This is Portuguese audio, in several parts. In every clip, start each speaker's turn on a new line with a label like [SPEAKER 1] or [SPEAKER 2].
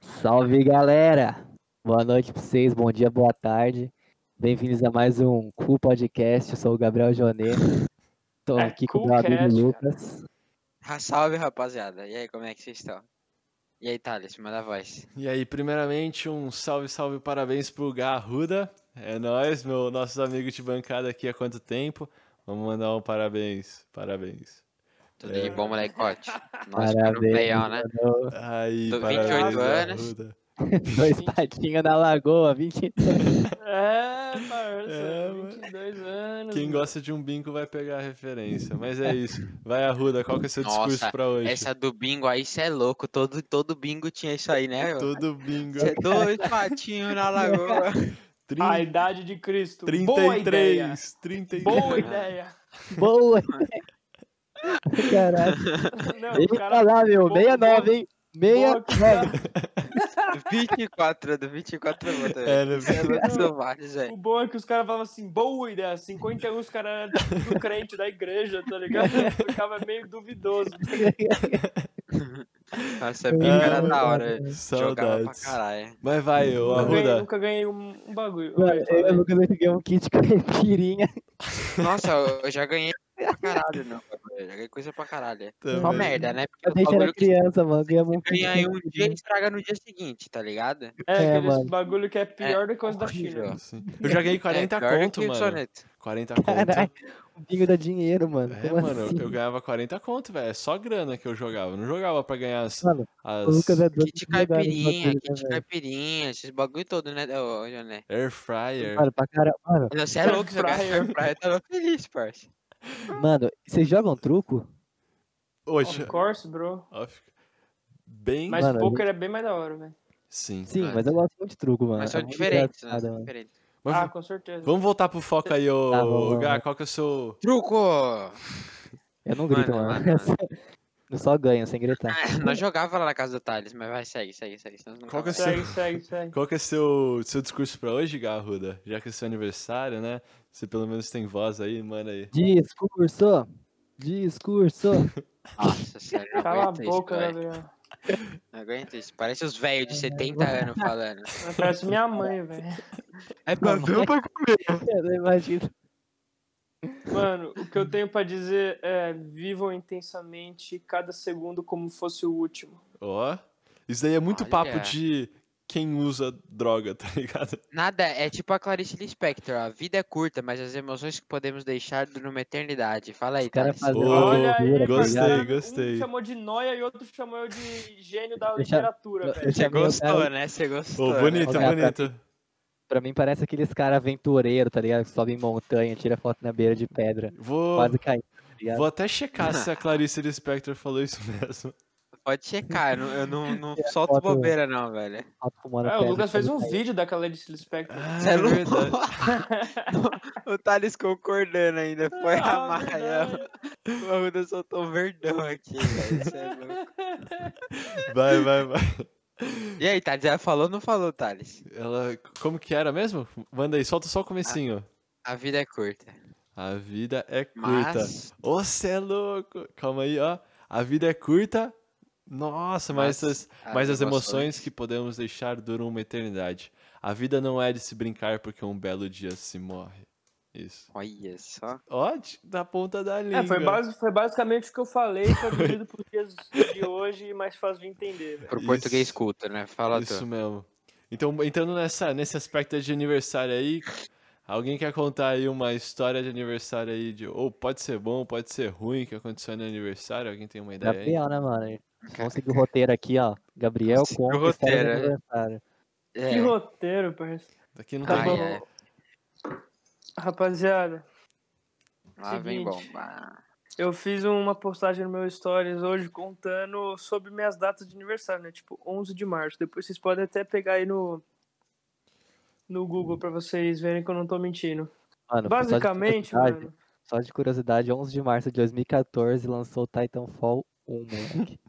[SPEAKER 1] Salve galera! Boa noite pra vocês, bom dia, boa tarde. Bem-vindos a mais um Cu Podcast. Eu sou o Gabriel Jonê. Tô
[SPEAKER 2] É,
[SPEAKER 1] aqui com o
[SPEAKER 2] Cu
[SPEAKER 1] meu amigo
[SPEAKER 2] Cast,
[SPEAKER 1] Lucas.
[SPEAKER 3] Ah, salve, rapaziada. E aí, como é que vocês estão? E aí, Thales, manda a voz.
[SPEAKER 4] E aí, primeiramente, um salve, salve, parabéns pro Garruda. É nós, meu, nossos amigos de bancada aqui há quanto tempo. Vamos mandar um parabéns, parabéns.
[SPEAKER 3] Tudo de bom, molecote? Nossa, ficou no
[SPEAKER 1] Parabéns.
[SPEAKER 3] playão, né?
[SPEAKER 1] mandou
[SPEAKER 4] Aí,
[SPEAKER 3] Tô 28
[SPEAKER 4] parabéns,
[SPEAKER 3] anos.
[SPEAKER 4] Garruda.
[SPEAKER 1] Dois patinhos na lagoa, 20.
[SPEAKER 2] É, parça,
[SPEAKER 4] É, mano.
[SPEAKER 2] 22 anos.
[SPEAKER 4] Quem
[SPEAKER 2] mano.
[SPEAKER 4] gosta de um bingo vai pegar a referência. Mas é isso. Vai, Arruda, qual que é o seu
[SPEAKER 3] Nossa,
[SPEAKER 4] discurso pra hoje?
[SPEAKER 3] Essa do bingo aí, cê é louco. Todo, todo bingo tinha isso aí, né? meu?
[SPEAKER 4] Todo bingo.
[SPEAKER 3] Cê é dois patinhos na lagoa.
[SPEAKER 4] Trin-
[SPEAKER 2] A idade de Cristo. Boa ideia.
[SPEAKER 4] 33, 33.
[SPEAKER 2] Boa ideia.
[SPEAKER 1] Boa! Caralho.
[SPEAKER 2] Não,
[SPEAKER 1] Vem
[SPEAKER 2] o
[SPEAKER 1] pra
[SPEAKER 2] cara...
[SPEAKER 1] lá, meu.
[SPEAKER 2] Boa,
[SPEAKER 1] 69,
[SPEAKER 2] boa.
[SPEAKER 1] hein?
[SPEAKER 2] Boa,
[SPEAKER 1] 69.
[SPEAKER 2] que tá-
[SPEAKER 3] 24, do 24 eu vou também.
[SPEAKER 4] É, né?
[SPEAKER 3] Cê é louco, são vários, velho.
[SPEAKER 2] O bom é que os caras falavam assim, boa ideia. 51 os caras eram tudo crente da igreja, tá ligado? Ficava meio duvidoso.
[SPEAKER 1] É,
[SPEAKER 3] Nossa, bingo era da hora. velho. Jogava pra
[SPEAKER 4] Saudades.
[SPEAKER 3] caralho.
[SPEAKER 4] Mas vai, ô,
[SPEAKER 2] Nunca ganhei,
[SPEAKER 4] Arruda.
[SPEAKER 2] nunca ganhei um, um bagulho.
[SPEAKER 1] Mano,
[SPEAKER 2] Vai, fala
[SPEAKER 1] eu
[SPEAKER 2] aí.
[SPEAKER 1] nunca ganhei um kit com caipirinha.
[SPEAKER 3] Nossa, eu eu já ganhei pra caralho, não. Eu já ganhei coisa pra caralho. Só
[SPEAKER 4] também.
[SPEAKER 3] merda, né? Porque
[SPEAKER 1] Eu
[SPEAKER 3] o
[SPEAKER 1] deixei
[SPEAKER 3] bagulho
[SPEAKER 1] era
[SPEAKER 3] que
[SPEAKER 1] criança, mano. Ganhamos um kit.
[SPEAKER 3] ganha
[SPEAKER 1] com
[SPEAKER 3] em um dia e
[SPEAKER 1] caipirinha.
[SPEAKER 3] estraga no dia seguinte, tá ligado?
[SPEAKER 2] É,
[SPEAKER 1] É,
[SPEAKER 2] aquele
[SPEAKER 1] mano.
[SPEAKER 2] bagulho que é pior do que coisa da China.
[SPEAKER 3] horrível.
[SPEAKER 4] Sim. Eu já ganhei 40
[SPEAKER 3] É, pior do
[SPEAKER 4] conto,
[SPEAKER 3] que né? o
[SPEAKER 4] mano.
[SPEAKER 3] soneto.
[SPEAKER 4] 40 conto.
[SPEAKER 1] Caralho, o bingo dá dinheiro, mano.
[SPEAKER 4] É,
[SPEAKER 1] Como
[SPEAKER 4] mano, eu-
[SPEAKER 1] assim?
[SPEAKER 4] eu ganhava 40 conto, velho. É só grana que eu jogava. Eu Não jogava pra ganhar as.
[SPEAKER 1] Mano,
[SPEAKER 4] as
[SPEAKER 1] O Lucas é doido.
[SPEAKER 3] Kit
[SPEAKER 1] de jogar essas
[SPEAKER 3] caipirinha,
[SPEAKER 1] coisas, né,
[SPEAKER 3] kit
[SPEAKER 1] velho?
[SPEAKER 3] caipirinha, esses bagulho todo, né, ô, ô, Joné?
[SPEAKER 4] Air fryer.
[SPEAKER 1] Mano, pra cara... mano,
[SPEAKER 3] Mas Você é louco, você ganha
[SPEAKER 2] Fryer.
[SPEAKER 3] air fryer, eu tava feliz, parça.
[SPEAKER 1] mano, vocês jogam truco?
[SPEAKER 4] Hoje.
[SPEAKER 2] Of course, bro.
[SPEAKER 4] Off- Bem.
[SPEAKER 2] Mas
[SPEAKER 1] Mano, a
[SPEAKER 2] poker é bem mais da hora, velho.
[SPEAKER 4] Sim.
[SPEAKER 1] Sim,
[SPEAKER 3] Ah,
[SPEAKER 1] mas eu gosto muito de truco, mano.
[SPEAKER 3] Mas
[SPEAKER 1] é
[SPEAKER 3] são
[SPEAKER 1] muito
[SPEAKER 3] diferentes, né?
[SPEAKER 1] engraçado,
[SPEAKER 3] são
[SPEAKER 1] mano.
[SPEAKER 3] diferentes.
[SPEAKER 4] Mas
[SPEAKER 2] Ah,
[SPEAKER 4] v-
[SPEAKER 2] com certeza.
[SPEAKER 4] vamos voltar pro foco aí, ô
[SPEAKER 1] Tá, vamos,
[SPEAKER 4] ô, Gá.
[SPEAKER 1] vamos.
[SPEAKER 4] Qual que é o seu.
[SPEAKER 3] Truco!
[SPEAKER 1] Eu não grito,
[SPEAKER 3] Mano,
[SPEAKER 1] mano.
[SPEAKER 3] mano,
[SPEAKER 1] Eu, só... eu só ganho sem gritar.
[SPEAKER 3] Ah, Nós jogava lá na casa do Thales, mas vai, segue, segue, segue. senão nunca
[SPEAKER 4] Qual que é
[SPEAKER 3] mais.
[SPEAKER 2] Segue, segue, segue.
[SPEAKER 4] Qual que é o seu, seu discurso pra hoje, Gá, Arruda? Já que é seu aniversário, né? Você pelo menos tem voz aí, mano aí.
[SPEAKER 1] Discurso! Discurso!
[SPEAKER 3] Nossa senhora, não
[SPEAKER 2] Cala a
[SPEAKER 3] aguento isso,
[SPEAKER 2] boca,
[SPEAKER 3] velho.
[SPEAKER 2] Gabriel.
[SPEAKER 3] Não aguento isso. Parece os velhos de
[SPEAKER 1] É,
[SPEAKER 3] 70 anos falando.
[SPEAKER 2] Parece minha mãe, velho.
[SPEAKER 3] É pra ver pra comer.
[SPEAKER 1] eu não imagino.
[SPEAKER 2] Mano, o que eu tenho pra dizer é vivam intensamente cada segundo como fosse o último.
[SPEAKER 4] Ó. Isso daí é muito
[SPEAKER 3] Olha.
[SPEAKER 4] papo de quem usa droga, tá ligado?
[SPEAKER 3] Nada, é tipo a Clarice Lispector, ó, a vida é curta, mas as emoções que podemos deixar duram uma eternidade. Fala aí,
[SPEAKER 1] Os caras
[SPEAKER 3] Thales.
[SPEAKER 1] fazem
[SPEAKER 4] Ô,
[SPEAKER 1] loucura, tá
[SPEAKER 4] gostei,
[SPEAKER 1] cara.
[SPEAKER 2] cara. Um
[SPEAKER 4] gostei.
[SPEAKER 2] chamou de noia e outro chamou eu de gênio da
[SPEAKER 1] Deixa-
[SPEAKER 2] literatura, velho.
[SPEAKER 1] Deixa
[SPEAKER 3] Você
[SPEAKER 1] eu ver o é cara-
[SPEAKER 3] gostou, né? Você gostou.
[SPEAKER 4] Ô,
[SPEAKER 3] né?
[SPEAKER 4] bonito,
[SPEAKER 1] Olha,
[SPEAKER 4] bonito.
[SPEAKER 1] Pra mim parece aqueles caras aventureiros, tá ligado? Que sobem montanha, tira foto na beira de pedra.
[SPEAKER 4] Vou.
[SPEAKER 1] Quase caindo, tá ligado?
[SPEAKER 4] Vou até checar se a Clarice Lispector falou isso mesmo.
[SPEAKER 3] Pode checar, eu não, eu não, não solto
[SPEAKER 1] foto-
[SPEAKER 3] bobeira, não, velho.
[SPEAKER 1] Foto fumando
[SPEAKER 2] Ah, o
[SPEAKER 1] pedra,
[SPEAKER 2] Lucas fez um
[SPEAKER 1] quase
[SPEAKER 2] vídeo da Clarice Lispector.
[SPEAKER 3] Cê é
[SPEAKER 4] é
[SPEAKER 3] louco?
[SPEAKER 4] verdade.
[SPEAKER 3] o Thales concordando ainda. Foi a
[SPEAKER 2] Ah,
[SPEAKER 3] Maia.
[SPEAKER 2] verdade.
[SPEAKER 3] O Arruda soltou um verdão aqui, velho. Cê é louco.
[SPEAKER 4] Vai, vai, vai.
[SPEAKER 3] E aí, Thales, ela falou ou não falou, Thales?
[SPEAKER 4] Ela. Como que era mesmo? Manda aí, solta só o comecinho.
[SPEAKER 3] A vida é curta.
[SPEAKER 4] A vida é curta.
[SPEAKER 3] Mas.
[SPEAKER 4] Ô, cê é louco! Calma aí, ó. A vida é curta. Nossa, mas, as, mas as emoções que podemos deixar duram uma eternidade. A vida não é de se brincar porque um belo dia se morre. Isso.
[SPEAKER 3] Olha só.
[SPEAKER 4] Ó, de- da ponta da língua.
[SPEAKER 2] É, foi, basi- foi basicamente o que eu falei, traduzido por dias de hoje, mas fácil de entender, velho.
[SPEAKER 3] Pro
[SPEAKER 4] É, Isso.
[SPEAKER 3] português culto, né? Fala
[SPEAKER 4] Isso
[SPEAKER 3] tu.
[SPEAKER 4] mesmo. Então, entrando nessa, nesse aspecto de aniversário aí, alguém quer contar aí uma história de aniversário aí de. Ou pode ser bom, pode ser ruim que aconteceu no aniversário? Alguém tem uma ideia aí?
[SPEAKER 1] Gabriel, né, mano? Vamos seguir o roteiro aqui, ó. Gabriel
[SPEAKER 3] Vamos seguir o
[SPEAKER 1] conta a história do
[SPEAKER 3] roteiro, né?
[SPEAKER 1] aniversário.
[SPEAKER 3] É.
[SPEAKER 2] Que roteiro, parceiro.
[SPEAKER 4] Daqui não
[SPEAKER 2] Tá
[SPEAKER 3] Ai,
[SPEAKER 4] tem.
[SPEAKER 2] bom.
[SPEAKER 3] ai.
[SPEAKER 2] Rapaziada,
[SPEAKER 3] Lá vem
[SPEAKER 2] Seguinte.
[SPEAKER 3] bomba.
[SPEAKER 2] Eu fiz uma postagem no meu Stories hoje contando sobre minhas datas de aniversário, né? Tipo, 11 de março. Depois vocês podem até pegar aí no, no Google pra vocês verem que eu não tô mentindo.
[SPEAKER 1] Mano, só de
[SPEAKER 2] Basicamente,
[SPEAKER 1] curiosidade-
[SPEAKER 2] mano.
[SPEAKER 1] Só de curiosidade, 11 de março de 2014 lançou Titanfall 1, moleque.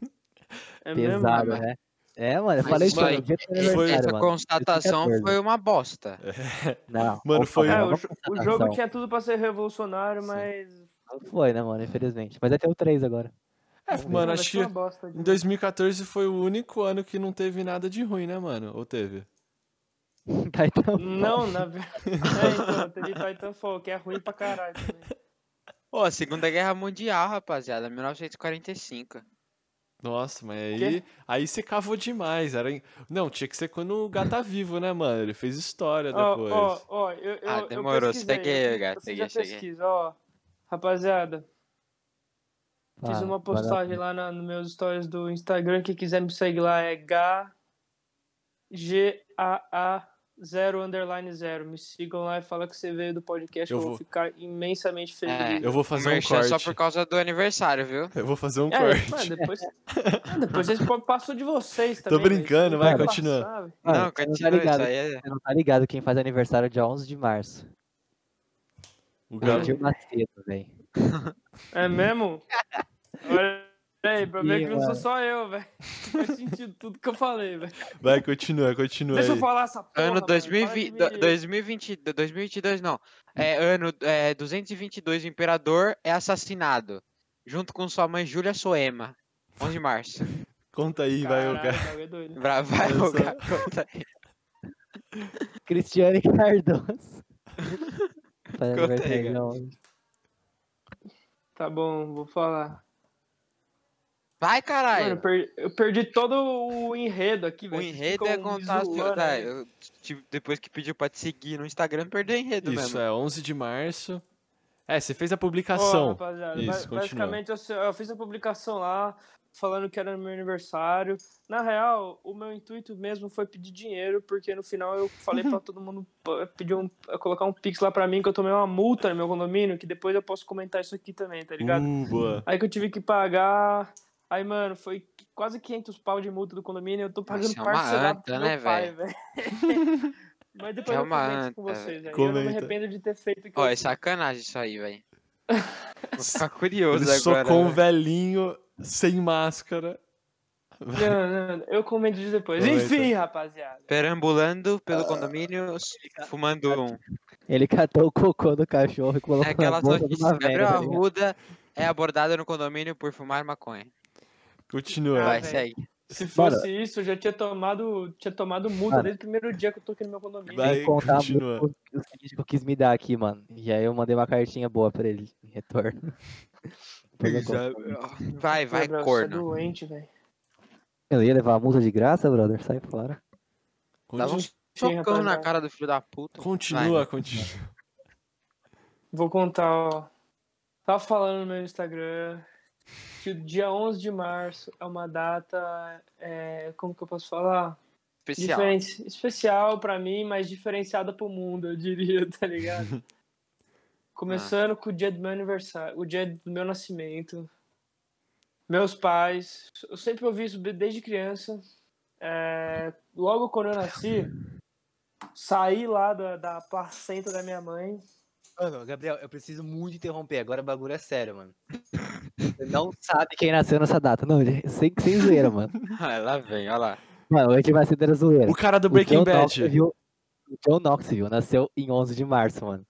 [SPEAKER 2] É mesmo?
[SPEAKER 1] Pesado,
[SPEAKER 3] mano.
[SPEAKER 1] né? É, mano, eu
[SPEAKER 3] Mas
[SPEAKER 1] falei
[SPEAKER 3] isso
[SPEAKER 1] isso
[SPEAKER 3] aí-
[SPEAKER 1] no dia do
[SPEAKER 3] Essa
[SPEAKER 1] aniversário, mano.
[SPEAKER 3] constatação
[SPEAKER 4] é
[SPEAKER 1] 2014.
[SPEAKER 3] foi uma bosta.
[SPEAKER 1] Não,
[SPEAKER 4] Mano,
[SPEAKER 1] opa,
[SPEAKER 4] foi-
[SPEAKER 2] É,
[SPEAKER 1] não,
[SPEAKER 2] o,
[SPEAKER 1] não
[SPEAKER 2] jo-
[SPEAKER 1] foi
[SPEAKER 2] o jogo
[SPEAKER 1] razão.
[SPEAKER 2] tinha tudo pra ser revolucionário,
[SPEAKER 4] Sim.
[SPEAKER 2] mas.
[SPEAKER 1] Não foi, né, mano? Infelizmente. Mas vai ter o 3 agora.
[SPEAKER 4] É,
[SPEAKER 2] Esse
[SPEAKER 4] mano,
[SPEAKER 2] ano
[SPEAKER 4] acho
[SPEAKER 2] vai ser
[SPEAKER 4] que
[SPEAKER 2] uma bosta né? de-
[SPEAKER 4] em 2014 foi o único ano que não teve nada de ruim, né, mano? Ou teve?
[SPEAKER 1] Titanfall.
[SPEAKER 2] Não, na verdade. É, então, teve Titanfall, que é ruim pra caralho também.
[SPEAKER 3] Pô, a Segunda Guerra Mundial, rapaziada, 1945.
[SPEAKER 4] Nossa, mas aí, aí você cavou demais. Era... em- Não, tinha que ser quando o gato tá vivo, né, mano? Ele fez história depois.
[SPEAKER 2] Ó, ó, ó, eu, eu,
[SPEAKER 3] Ah,
[SPEAKER 2] eu
[SPEAKER 3] demorou,
[SPEAKER 2] pesquisei,
[SPEAKER 3] segue aí,
[SPEAKER 2] eu
[SPEAKER 3] gato,
[SPEAKER 2] fiz
[SPEAKER 3] segue aí,
[SPEAKER 2] a
[SPEAKER 3] segue aí.
[SPEAKER 2] pesquisa, ó. Rapaziada, fiz
[SPEAKER 1] Ah,
[SPEAKER 2] uma
[SPEAKER 1] vai lá.
[SPEAKER 2] postagem lá na, nos meus stories do Instagram. Quem quiser me seguir lá é GAA0 underline 0. Me sigam lá e fala que você veio do podcast.
[SPEAKER 4] Eu
[SPEAKER 2] Eu, vou
[SPEAKER 4] vou.
[SPEAKER 2] ficar imensamente feliz.
[SPEAKER 3] É,
[SPEAKER 4] Eu vou
[SPEAKER 3] O
[SPEAKER 4] fazer um
[SPEAKER 3] merchan
[SPEAKER 4] corte.
[SPEAKER 3] só por causa do aniversário, viu?
[SPEAKER 4] Eu vou fazer um
[SPEAKER 2] É,
[SPEAKER 4] corte.
[SPEAKER 2] mano, depois, Ah, depois vocês po- passou de vocês
[SPEAKER 4] Tô
[SPEAKER 2] também. velho.
[SPEAKER 4] brincando,
[SPEAKER 2] Isso
[SPEAKER 1] vai,
[SPEAKER 2] não
[SPEAKER 4] continua.
[SPEAKER 2] passar, velho.
[SPEAKER 1] Mano,
[SPEAKER 3] não,
[SPEAKER 1] você não
[SPEAKER 3] continua
[SPEAKER 1] tá ligado.
[SPEAKER 3] isso aí. é-
[SPEAKER 1] Você não tá ligado quem faz aniversário dia 11 de março.
[SPEAKER 4] O
[SPEAKER 1] O
[SPEAKER 4] gato...
[SPEAKER 1] Edir Macedo, velho.
[SPEAKER 2] É mesmo? Olha aí, pra ver
[SPEAKER 1] Ih,
[SPEAKER 2] que não sou só eu, velho. Faz sentido tudo que eu falei, velho.
[SPEAKER 4] Vai, continua, continua
[SPEAKER 2] Deixa eu
[SPEAKER 4] aí.
[SPEAKER 2] falar essa porra.
[SPEAKER 3] Ano
[SPEAKER 2] mano.
[SPEAKER 3] 2020,
[SPEAKER 2] Para de me-
[SPEAKER 3] 2020, 2022, não. É, ano é, 222, o imperador é assassinado. Junto com sua mãe Júlia Soema. 11 de março.
[SPEAKER 4] Conta aí, vai, o
[SPEAKER 2] Caralho,
[SPEAKER 4] gato.
[SPEAKER 2] o bagulho é doido.
[SPEAKER 3] Bra- Vai,
[SPEAKER 4] Eu
[SPEAKER 3] ô,
[SPEAKER 4] sou-
[SPEAKER 3] cara, conta aí.
[SPEAKER 1] Cristiane Cardoso. faz
[SPEAKER 3] Conta aí,
[SPEAKER 1] aniversário dia
[SPEAKER 3] cara.
[SPEAKER 1] 11.
[SPEAKER 2] Tá bom, vou falar.
[SPEAKER 3] Vai,
[SPEAKER 2] Mano, eu
[SPEAKER 3] caralho.
[SPEAKER 2] perdi, eu perdi todo o enredo aqui,
[SPEAKER 3] O
[SPEAKER 2] velho. Vocês
[SPEAKER 3] enredo
[SPEAKER 2] ficam
[SPEAKER 3] é
[SPEAKER 2] me
[SPEAKER 3] contar as tuas.
[SPEAKER 2] zoando né?
[SPEAKER 3] Tá,
[SPEAKER 2] aí.
[SPEAKER 3] eu tive- depois que pediu pra te seguir no Instagram, perdeu o enredo
[SPEAKER 4] Isso,
[SPEAKER 3] mesmo.
[SPEAKER 4] é 11 de março. É, você fez a
[SPEAKER 2] Ó,
[SPEAKER 4] publicação.
[SPEAKER 2] rapaziada,
[SPEAKER 4] Isso,
[SPEAKER 2] ba-
[SPEAKER 4] continua.
[SPEAKER 2] basicamente eu, se- eu fiz a publicação lá falando que era meu aniversário. Na real, o meu intuito mesmo foi pedir dinheiro, porque no final eu falei pra todo mundo p- pedir um, colocar um pix lá pra mim que eu tomei uma multa no meu condomínio, que depois eu posso comentar isso aqui também, tá ligado?
[SPEAKER 4] Uh, boa.
[SPEAKER 2] Aí que eu tive que pagar. Aí, mano, foi qu- quase 500 pau de multa do condomínio. Eu tô pagando
[SPEAKER 3] Nossa, é uma
[SPEAKER 2] parcelado
[SPEAKER 3] anta,
[SPEAKER 2] pro
[SPEAKER 3] né,
[SPEAKER 2] meu pai, velho. Mas depois
[SPEAKER 3] É
[SPEAKER 2] eu
[SPEAKER 3] uma
[SPEAKER 2] comento isso com
[SPEAKER 3] anta,
[SPEAKER 2] vocês. Aí. Eu não me
[SPEAKER 4] Comenta.
[SPEAKER 2] arrependo de ter feito o que
[SPEAKER 3] Ó,
[SPEAKER 2] eu
[SPEAKER 3] é
[SPEAKER 2] fiz.
[SPEAKER 3] sacanagem isso aí, velho. Vou
[SPEAKER 4] S-
[SPEAKER 3] ficar
[SPEAKER 4] Ele
[SPEAKER 3] curioso agora. né?
[SPEAKER 4] socou um
[SPEAKER 3] velho.
[SPEAKER 4] velhinho sem máscara.
[SPEAKER 2] Não, não, não, eu comento isso depois.
[SPEAKER 4] Aproveita.
[SPEAKER 2] Enfim, rapaziada.
[SPEAKER 3] Perambulando pelo
[SPEAKER 2] Ah,
[SPEAKER 3] condomínio, fumando um.
[SPEAKER 1] Ele catou o cocô do cachorro e colocou
[SPEAKER 3] É
[SPEAKER 1] na
[SPEAKER 3] aquela
[SPEAKER 1] boca de
[SPEAKER 3] sorriso.
[SPEAKER 1] uma
[SPEAKER 3] Gabriel
[SPEAKER 1] velha. tá ligado?
[SPEAKER 3] Arruda é abordado no condomínio por fumar maconha.
[SPEAKER 4] Continua.
[SPEAKER 2] Ah,
[SPEAKER 3] Vai,
[SPEAKER 2] velho.
[SPEAKER 3] segue.
[SPEAKER 2] Se
[SPEAKER 1] Bora.
[SPEAKER 2] fosse isso, eu já tinha tomado, tinha tomado multa
[SPEAKER 1] Mano.
[SPEAKER 2] desde o primeiro dia que eu tô aqui no meu condomínio.
[SPEAKER 4] Vai.
[SPEAKER 1] Tem que contar
[SPEAKER 4] continua.
[SPEAKER 1] muito os vídeos que eu quis me dar aqui, mano. E aí eu mandei uma cartinha boa pra ele em retorno. Depois eu
[SPEAKER 4] é.
[SPEAKER 1] conto.
[SPEAKER 3] Vai, vai,
[SPEAKER 2] Gabriel, você é
[SPEAKER 3] corno.
[SPEAKER 2] doente, velho.
[SPEAKER 1] Eu ia levar a multa de graça, brother? Sai fora.
[SPEAKER 3] Dava um
[SPEAKER 4] Conti-
[SPEAKER 3] socão na
[SPEAKER 2] rapaziada.
[SPEAKER 3] cara do filho da puta.
[SPEAKER 4] Continua, continua.
[SPEAKER 2] Vou contar, ó. Tava falando no meu Instagram que o dia 11 de março é uma data, é, como que eu posso falar?
[SPEAKER 3] Especial.
[SPEAKER 2] Diferente, especial pra mim, mas diferenciada pro mundo, eu diria, tá ligado? Começando com o dia do meu aniversário, o dia do meu nascimento. Meus pais, eu sempre ouvi isso desde criança. É, logo quando eu nasci, saí lá da, da placenta da minha mãe.
[SPEAKER 5] Mano, Gabriel, eu preciso muito interromper. Agora o bagulho é sério, mano.
[SPEAKER 1] Você não sabe quem nasceu nessa data. Não, sem, sem zoeira, mano.
[SPEAKER 3] Ah, lá vem, olha lá.
[SPEAKER 1] Mano, o Edir Macedo era zoeira.
[SPEAKER 4] O cara do
[SPEAKER 1] O
[SPEAKER 4] Breaking
[SPEAKER 1] John
[SPEAKER 2] tá
[SPEAKER 4] Bad.
[SPEAKER 1] Knoxville, o John Knoxville nasceu em 11 de março, mano.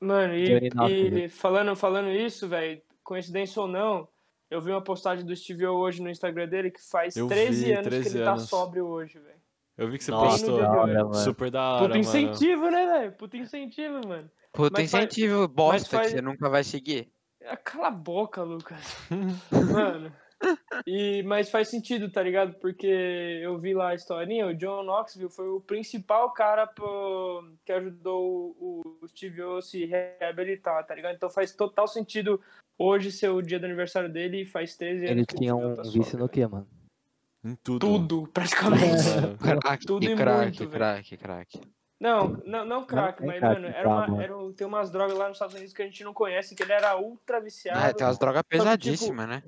[SPEAKER 2] Mano,
[SPEAKER 1] Johnny
[SPEAKER 2] e,
[SPEAKER 1] Knoxville. né?
[SPEAKER 2] e falando, falando isso, velho, coincidência ou não, eu vi uma postagem do Steve O hoje no Instagram dele que faz
[SPEAKER 4] Eu
[SPEAKER 2] 13
[SPEAKER 4] vi,
[SPEAKER 2] anos
[SPEAKER 4] 13
[SPEAKER 2] que ele tá
[SPEAKER 4] anos.
[SPEAKER 2] sóbrio hoje, velho.
[SPEAKER 4] Eu vi que você
[SPEAKER 1] Nossa,
[SPEAKER 4] postou.
[SPEAKER 1] da hora, mano.
[SPEAKER 4] Super da hora,
[SPEAKER 2] é. Puta
[SPEAKER 4] mano.
[SPEAKER 2] incentivo, né, velho? Puta incentivo, mano.
[SPEAKER 3] Puta
[SPEAKER 2] Mas faz-
[SPEAKER 3] incentivo bosta
[SPEAKER 2] faz-
[SPEAKER 3] que você nunca vai seguir.
[SPEAKER 2] Ah, Cala a boca, Lucas. mano. E, mas faz sentido, tá ligado? Porque eu vi lá a historinha, o John Knoxville foi o principal cara pro- que ajudou o, o Steve O se reabilitar, tá ligado? Então faz total sentido hoje ser o dia do aniversário dele e faz 13 anos
[SPEAKER 1] Ele
[SPEAKER 2] que o
[SPEAKER 1] tinha
[SPEAKER 2] Steve O
[SPEAKER 1] um
[SPEAKER 2] tá
[SPEAKER 1] vício
[SPEAKER 2] sóbrio,
[SPEAKER 1] no
[SPEAKER 2] velho.
[SPEAKER 1] quê, É. mano?
[SPEAKER 4] Em tudo.
[SPEAKER 2] Tudo, É. praticamente.
[SPEAKER 4] Mano,
[SPEAKER 3] Crack,
[SPEAKER 2] Tudo e
[SPEAKER 3] crack,
[SPEAKER 2] muito, velho.
[SPEAKER 3] crack, crack.
[SPEAKER 2] Não, não, não crack,
[SPEAKER 1] nem
[SPEAKER 2] mas,
[SPEAKER 1] crack,
[SPEAKER 2] mano, era uma-
[SPEAKER 1] calma.
[SPEAKER 2] era um- tem umas drogas lá nos Estados Unidos que a gente não conhece, que ele era ultra viciado.
[SPEAKER 1] É,
[SPEAKER 3] Ah, tem umas drogas
[SPEAKER 2] tipo,
[SPEAKER 3] pesadíssimas, né?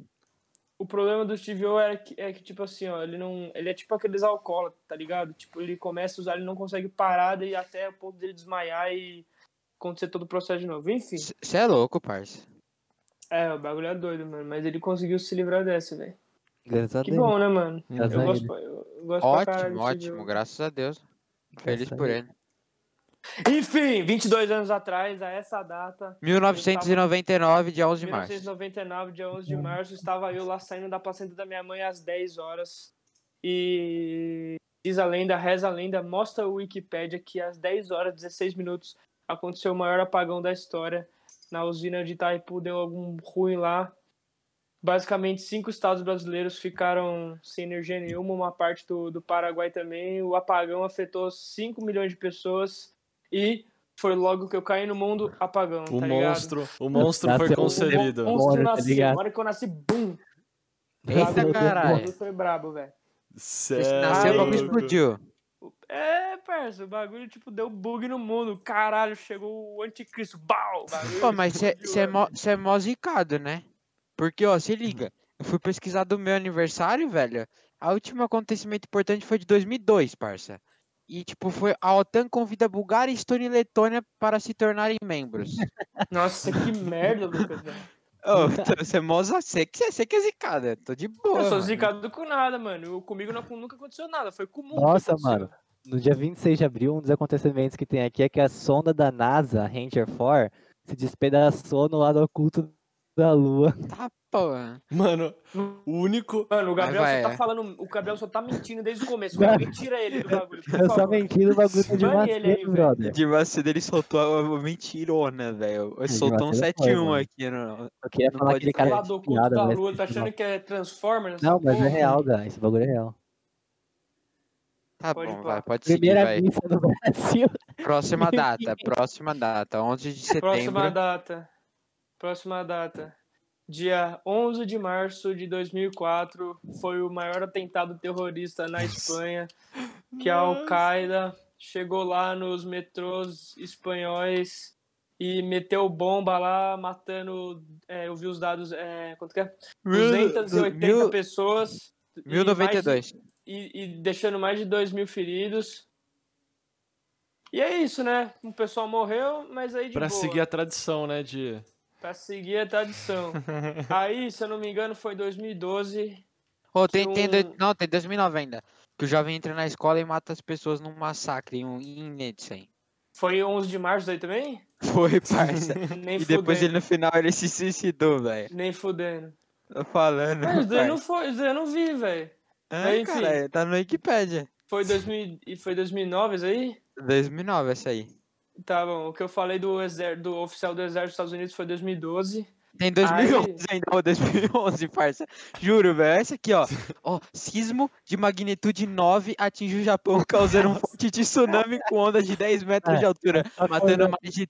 [SPEAKER 2] O problema do Steve O é que, é que, tipo assim, ó, ele não. Ele é tipo aqueles alcoólatras, tá ligado? Tipo, ele começa a usar, ele não consegue parar e até o ponto dele desmaiar e acontecer todo o processo de novo. Enfim,
[SPEAKER 3] Você é louco, parça.
[SPEAKER 2] é, o bagulho é doido, mano. Mas ele conseguiu se livrar dessa, velho.
[SPEAKER 1] Graças a
[SPEAKER 2] Que
[SPEAKER 1] Deus.
[SPEAKER 2] bom, né, mano?
[SPEAKER 1] Graças
[SPEAKER 2] Eu
[SPEAKER 1] a
[SPEAKER 2] gosto,
[SPEAKER 1] ele.
[SPEAKER 2] pra- eu gosto pra caralho
[SPEAKER 3] Ótimo,
[SPEAKER 2] do Steve O.
[SPEAKER 3] ótimo, graças a Deus. Feliz
[SPEAKER 1] Graças a
[SPEAKER 3] por
[SPEAKER 1] Deus.
[SPEAKER 3] ele.
[SPEAKER 2] Enfim, 22 anos atrás, a essa data,
[SPEAKER 3] 1999, dia 11 de março.
[SPEAKER 2] 1999, dia 11 de março, estava eu lá saindo da placenta da minha mãe às 10 horas. E diz a lenda, reza a lenda, mostra o Wikipedia que às 10 horas, 16 minutos, aconteceu o maior apagão da história. Na usina de Itaipu deu algum ruim lá. Basicamente, cinco estados brasileiros ficaram sem energia nenhuma, uma parte do, do Paraguai também. O apagão afetou 5 milhões de pessoas e foi logo que eu caí no mundo apagão,
[SPEAKER 4] O
[SPEAKER 2] tá ligado? um
[SPEAKER 4] monstro, o monstro foi
[SPEAKER 1] Nasceu-
[SPEAKER 2] O
[SPEAKER 4] concedido.
[SPEAKER 2] monstro
[SPEAKER 1] Bora, tá
[SPEAKER 2] nasceu.
[SPEAKER 1] ligado? é
[SPEAKER 2] Na hora que eu nasci, bum!
[SPEAKER 3] Eita,
[SPEAKER 1] Nasceu-
[SPEAKER 2] O
[SPEAKER 3] caralho.
[SPEAKER 2] foi brabo, velho.
[SPEAKER 4] Cê é
[SPEAKER 3] Nasceu, o bagulho
[SPEAKER 4] louco.
[SPEAKER 3] explodiu.
[SPEAKER 2] É, parça, o bagulho, tipo, deu bug no mundo. Caralho, chegou o anticristo. Bau! o bagulho
[SPEAKER 3] Pô, mas você
[SPEAKER 2] explodiu,
[SPEAKER 3] é,
[SPEAKER 2] velho.
[SPEAKER 3] mó- cê é mó zicado, né? Porque, ó, se liga. Eu fui pesquisar do meu aniversário, velho. A último acontecimento importante foi de 2002, parça. E, tipo, foi a OTAN convida Bulgária, Estônia e Letônia para se tornarem membros.
[SPEAKER 2] Nossa, que merda, Lucas, velho.
[SPEAKER 3] Ô, você é mó você que você que é zicada. Tô de boa.
[SPEAKER 2] Eu sou
[SPEAKER 3] mano.
[SPEAKER 2] zicado com nada, mano. Eu- comigo não- nunca aconteceu nada, foi com o mundo. que
[SPEAKER 1] Nossa,
[SPEAKER 2] aconteceu.
[SPEAKER 1] mano. No dia 26 de abril, um dos acontecimentos que tem aqui é que a sonda da NASA, Ranger 4, se despedaçou no lado oculto da Lua.
[SPEAKER 3] Tá, porra.
[SPEAKER 4] Mano, o único.
[SPEAKER 2] Mano, o Gabriel
[SPEAKER 3] vai,
[SPEAKER 2] só tá
[SPEAKER 3] é.
[SPEAKER 2] falando. O Gabriel só tá mentindo desde o começo. Cara, me tira ele do bagulho, por
[SPEAKER 1] Eu só
[SPEAKER 2] favor.
[SPEAKER 1] menti no bagulho de
[SPEAKER 2] Bane
[SPEAKER 1] uma
[SPEAKER 2] ele aí,
[SPEAKER 1] vez,
[SPEAKER 2] velho.
[SPEAKER 1] brother.
[SPEAKER 3] De vacina ele soltou a- uma mentirona, velho.
[SPEAKER 1] É,
[SPEAKER 3] Ele Soltou um
[SPEAKER 1] vacina foi,
[SPEAKER 3] 7-1
[SPEAKER 1] mano.
[SPEAKER 3] aqui. né? No...
[SPEAKER 1] Eu queria
[SPEAKER 3] Não
[SPEAKER 1] falar
[SPEAKER 3] pode
[SPEAKER 1] aquele
[SPEAKER 2] Tá
[SPEAKER 1] cara
[SPEAKER 2] lá
[SPEAKER 1] de
[SPEAKER 2] do oculto
[SPEAKER 1] piada,
[SPEAKER 2] da
[SPEAKER 1] mas-
[SPEAKER 2] lua, tá achando que é Transformers?
[SPEAKER 1] Não, mas é
[SPEAKER 2] Porra.
[SPEAKER 1] real, cara. Esse bagulho é real.
[SPEAKER 3] Tá
[SPEAKER 2] Pode
[SPEAKER 3] bom,
[SPEAKER 2] pá.
[SPEAKER 3] vai, pode seguir,
[SPEAKER 1] Primeira
[SPEAKER 3] vai.
[SPEAKER 1] missa do Brasil.
[SPEAKER 3] Próxima data, próxima data. 11 de setembro.
[SPEAKER 2] Próxima data. Próxima data. Dia 11 de março de 2004 foi o maior atentado terrorista na Espanha, que é a Al-Qaeda chegou lá nos metrôs espanhóis e meteu bomba lá, matando, é, eu vi os dados, é, quanto que é? 280
[SPEAKER 3] mil-
[SPEAKER 2] pessoas. e mais de-
[SPEAKER 3] 1092.
[SPEAKER 2] e, e deixando mais de 2 mil feridos. E é isso, né? O pessoal morreu, mas aí de
[SPEAKER 4] Pra
[SPEAKER 2] boa.
[SPEAKER 4] seguir a tradição, né? De.
[SPEAKER 2] Pra seguir a tradição. aí, se eu não me engano, foi 2012.
[SPEAKER 3] Ô, tem,
[SPEAKER 2] que
[SPEAKER 3] tem dois-
[SPEAKER 2] um-
[SPEAKER 3] Não, tem 2009 ainda. Que o jovem entra na escola e mata as pessoas num massacre em um em Nedsen.
[SPEAKER 2] Foi 11 de março aí também?
[SPEAKER 3] Foi, parça.
[SPEAKER 2] Nem
[SPEAKER 3] e
[SPEAKER 2] fudendo.
[SPEAKER 3] depois ele no final ele se suicidou, velho.
[SPEAKER 2] Nem fudendo.
[SPEAKER 3] Tô falando.
[SPEAKER 2] Mas isso daí
[SPEAKER 3] parça.
[SPEAKER 2] não foi, isso daí eu não vi, velho.
[SPEAKER 3] Ai,
[SPEAKER 2] enfim.
[SPEAKER 3] caralho, tá no Wikipedia.
[SPEAKER 2] Foi, 2000 e foi 2009 isso aí?
[SPEAKER 3] 2009 essa aí.
[SPEAKER 2] Tá bom, o que eu falei do, exer... do oficial do exército dos Estados Unidos foi 2012.
[SPEAKER 3] Tem 2011 ainda, ou 2011, parça. Juro, velho. Essa aqui, ó. Ó, sismo de magnitude 9 atinge o Japão, causando um forte tsunami com ondas de 10 metros
[SPEAKER 1] É,
[SPEAKER 3] de altura,
[SPEAKER 1] Só
[SPEAKER 3] Tá matando
[SPEAKER 1] coisa-
[SPEAKER 3] mais de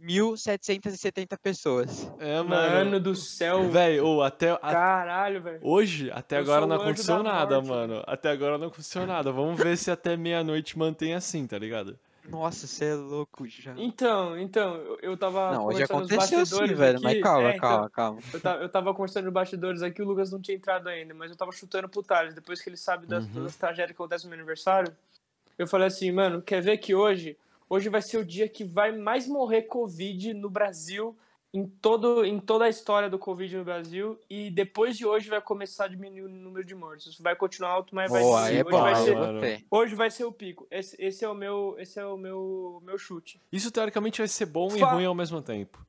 [SPEAKER 3] 3.770 pessoas.
[SPEAKER 4] É, mano.
[SPEAKER 2] Mano do céu,
[SPEAKER 4] Véi, ou até. a-
[SPEAKER 2] caralho, velho.
[SPEAKER 4] Hoje, até
[SPEAKER 2] Então, Eu
[SPEAKER 4] agora
[SPEAKER 2] sou
[SPEAKER 4] não
[SPEAKER 2] o anjo
[SPEAKER 4] aconteceu
[SPEAKER 2] da
[SPEAKER 4] nada,
[SPEAKER 2] morte.
[SPEAKER 4] mano. Até agora não aconteceu nada. Vamos ver se até meia-noite mantém assim, tá ligado?
[SPEAKER 3] Nossa, você é louco já.
[SPEAKER 2] Então, então, eu, eu tava
[SPEAKER 3] Não, hoje
[SPEAKER 2] conversando nos
[SPEAKER 3] aconteceu sim,
[SPEAKER 2] bastidores
[SPEAKER 3] velho. Mas
[SPEAKER 2] aqui- é,
[SPEAKER 3] calma,
[SPEAKER 2] então,
[SPEAKER 3] calma, calma.
[SPEAKER 2] eu, tava, eu tava conversando nos bastidores aqui, o Lucas não tinha entrado ainda, mas eu tava chutando pro Thales, depois que ele sabe das,
[SPEAKER 4] Uhum.
[SPEAKER 2] das tragédias que acontecem no meu aniversário, eu falei assim, mano, quer ver que hoje, hoje vai ser o dia que vai mais morrer Covid no Brasil, em, todo, em toda a história do Covid no Brasil, e depois de hoje vai começar a diminuir o número de mortos. Isso vai continuar alto, mas vai
[SPEAKER 3] Boa,
[SPEAKER 2] diminuir.
[SPEAKER 3] aí é
[SPEAKER 2] hoje,
[SPEAKER 3] bom,
[SPEAKER 2] vai
[SPEAKER 3] aí
[SPEAKER 2] ser,
[SPEAKER 3] eu
[SPEAKER 4] né?"
[SPEAKER 3] gostei.
[SPEAKER 2] hoje vai ser o pico. Esse, esse é o meu, esse é o meu, meu chute.
[SPEAKER 4] Isso teoricamente vai ser bom e
[SPEAKER 2] Fa-
[SPEAKER 4] ruim ao mesmo tempo.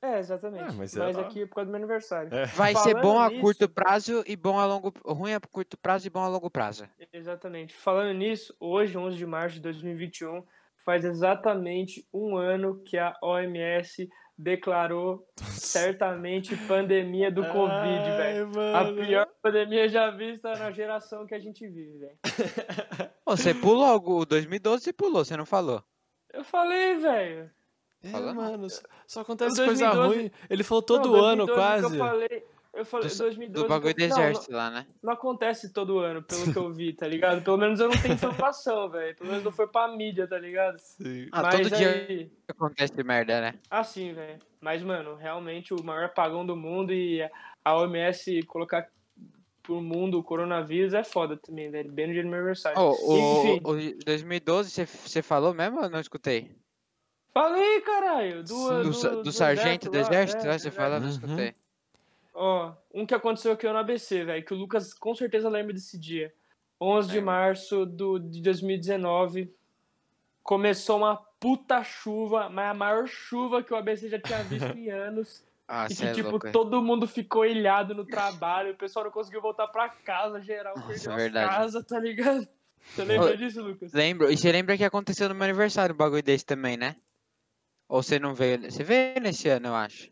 [SPEAKER 2] É, exatamente.
[SPEAKER 4] Ah, mas
[SPEAKER 2] mas
[SPEAKER 4] é lá.
[SPEAKER 2] aqui é por causa do meu aniversário.
[SPEAKER 4] É.
[SPEAKER 3] Vai ser bom a
[SPEAKER 2] Falando
[SPEAKER 3] curto
[SPEAKER 2] nisso-
[SPEAKER 3] prazo e bom a longo... Ruim a curto prazo e bom a longo prazo.
[SPEAKER 2] Exatamente. Falando nisso, hoje, 11 de março de 2021, faz exatamente um ano que a OMS declarou certamente pandemia do Covid, velho. A pior pandemia já vista na geração que a gente vive, velho.
[SPEAKER 3] Ô, Você pulou algo. o 2012 você pulou, você não falou.
[SPEAKER 2] Eu falei, velho.
[SPEAKER 4] É,
[SPEAKER 3] Fala, não.
[SPEAKER 4] mano, só- só acontece
[SPEAKER 2] O
[SPEAKER 4] coisa
[SPEAKER 2] 2012
[SPEAKER 4] ruim. Ele falou todo
[SPEAKER 2] Não,
[SPEAKER 4] ano,
[SPEAKER 2] 2012 que
[SPEAKER 4] quase.
[SPEAKER 2] Eu falei, eu falei
[SPEAKER 3] Do-
[SPEAKER 2] 2012.
[SPEAKER 3] Do bagulho do
[SPEAKER 2] que eu- não, não-
[SPEAKER 3] exército lá, né?
[SPEAKER 2] não acontece todo ano, pelo que eu vi, tá ligado? Pelo menos eu não tenho informação, velho. Pelo menos não foi pra mídia, tá ligado?
[SPEAKER 4] Sim.
[SPEAKER 3] Ah,
[SPEAKER 2] Mas
[SPEAKER 3] todo dia-
[SPEAKER 2] aí-
[SPEAKER 3] Acontece merda, né?
[SPEAKER 2] Assim, velho. Mas, mano, realmente o maior apagão do mundo e a OMS colocar pro mundo o coronavírus é foda também, velho. Bem no dia do meu aniversário.
[SPEAKER 3] Ô, o,
[SPEAKER 2] Enfim.
[SPEAKER 3] o, o 2012, você- você falou mesmo ou eu não escutei?
[SPEAKER 2] Falei, caralho! Do,
[SPEAKER 3] Do, sa- do sargento do exército,
[SPEAKER 2] lá, é,
[SPEAKER 3] né? você falou, eu não
[SPEAKER 4] Uhum.
[SPEAKER 3] escutei.
[SPEAKER 2] Ó, um que aconteceu aqui no ABC, velho, que o Lucas com certeza lembra desse dia. 11 de
[SPEAKER 3] Lembro.
[SPEAKER 2] março do, de 2019, Começou uma puta chuva, mas a maior chuva que o ABC já tinha visto em anos.
[SPEAKER 3] Ah,
[SPEAKER 2] e
[SPEAKER 3] cê
[SPEAKER 2] que,
[SPEAKER 3] é
[SPEAKER 2] tipo,
[SPEAKER 3] louco, hein?
[SPEAKER 2] todo mundo ficou ilhado no trabalho, o pessoal não conseguiu voltar pra casa, geral,
[SPEAKER 3] Nossa, é
[SPEAKER 2] perdeu
[SPEAKER 3] verdade.
[SPEAKER 2] as casas, tá ligado? Você lembra disso, Lucas?
[SPEAKER 3] Lembro. E você lembra que aconteceu no meu aniversário um bagulho desse também, né? Ou você não veio? Você veio nesse ano, eu acho.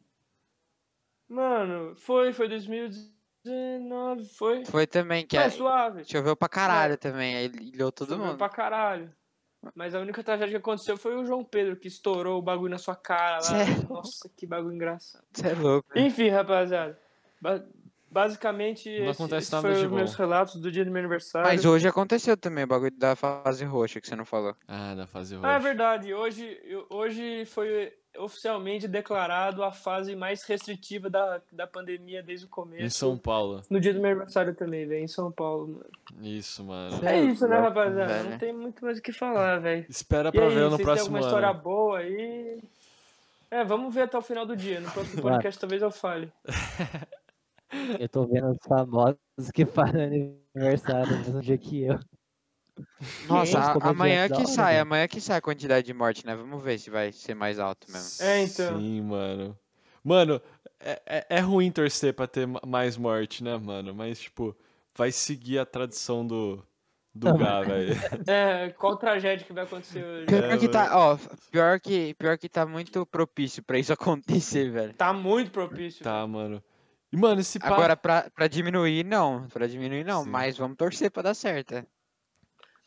[SPEAKER 2] Mano, foi, foi 2019, foi.
[SPEAKER 3] Foi também que
[SPEAKER 2] Mas
[SPEAKER 3] a-
[SPEAKER 2] suave.
[SPEAKER 3] choveu pra caralho também, aí ilhou todo
[SPEAKER 2] Choveu
[SPEAKER 3] mundo.
[SPEAKER 2] pra caralho. Mas a única tragédia que aconteceu foi o João Pedro, que estourou o bagulho na sua cara lá.
[SPEAKER 3] Sério?
[SPEAKER 2] Nossa, que bagulho engraçado.
[SPEAKER 3] Você é louco.
[SPEAKER 2] Enfim, rapaziada. ba- basicamente,
[SPEAKER 4] Não
[SPEAKER 2] esse,
[SPEAKER 4] acontece
[SPEAKER 2] esse
[SPEAKER 4] nada
[SPEAKER 2] foi
[SPEAKER 4] de
[SPEAKER 2] os meus
[SPEAKER 4] bom.
[SPEAKER 2] relatos do dia do meu aniversário.
[SPEAKER 3] Mas hoje aconteceu também o bagulho da fase roxa que você não falou.
[SPEAKER 4] Ah, na fase roxa.
[SPEAKER 2] Ah, é verdade. Hoje, eu- hoje foi oficialmente declarado a fase mais restritiva da, da pandemia desde o começo.
[SPEAKER 4] Em São Paulo.
[SPEAKER 2] No dia do meu aniversário também, velho, em São Paulo. mano.
[SPEAKER 4] Isso, mano.
[SPEAKER 3] Cê
[SPEAKER 2] É isso, né,
[SPEAKER 3] louco,
[SPEAKER 2] rapaziada? Não
[SPEAKER 3] velho.
[SPEAKER 2] tem muito mais o que falar, velho.
[SPEAKER 4] Espera
[SPEAKER 2] E
[SPEAKER 4] pra
[SPEAKER 2] aí,
[SPEAKER 4] ver no
[SPEAKER 2] vocês têm
[SPEAKER 4] próximo
[SPEAKER 2] alguma história
[SPEAKER 4] ano.
[SPEAKER 2] boa aí? É, vamos ver até o final do dia. No próximo
[SPEAKER 1] Vai.
[SPEAKER 2] podcast talvez eu fale.
[SPEAKER 1] Eu tô vendo os famosos que fazem aniversário no mesmo dia que eu.
[SPEAKER 3] Nossa, a-
[SPEAKER 1] comediantes
[SPEAKER 3] amanhã
[SPEAKER 1] da
[SPEAKER 3] que
[SPEAKER 1] hora,
[SPEAKER 3] sai,
[SPEAKER 1] velho.
[SPEAKER 3] amanhã que sai a quantidade de morte, né? Vamos ver se vai ser mais alto mesmo.
[SPEAKER 2] É, então.
[SPEAKER 4] Sim, mano. Mano, é, é- é ruim torcer pra ter ma- mais morte, né, mano? Mas, tipo, vai seguir a tradição do, do Gá, velho.
[SPEAKER 2] É, qual tragédia que vai acontecer hoje?
[SPEAKER 3] Pior que tá, ó, pior que, pior que tá muito propício pra isso acontecer, velho.
[SPEAKER 2] Tá muito propício.
[SPEAKER 4] Tá, mano. E, mano, esse pá...
[SPEAKER 3] Agora, pra, pra diminuir, não. Pra diminuir, não.
[SPEAKER 4] Sim.
[SPEAKER 3] Mas vamos torcer pra dar certo. é.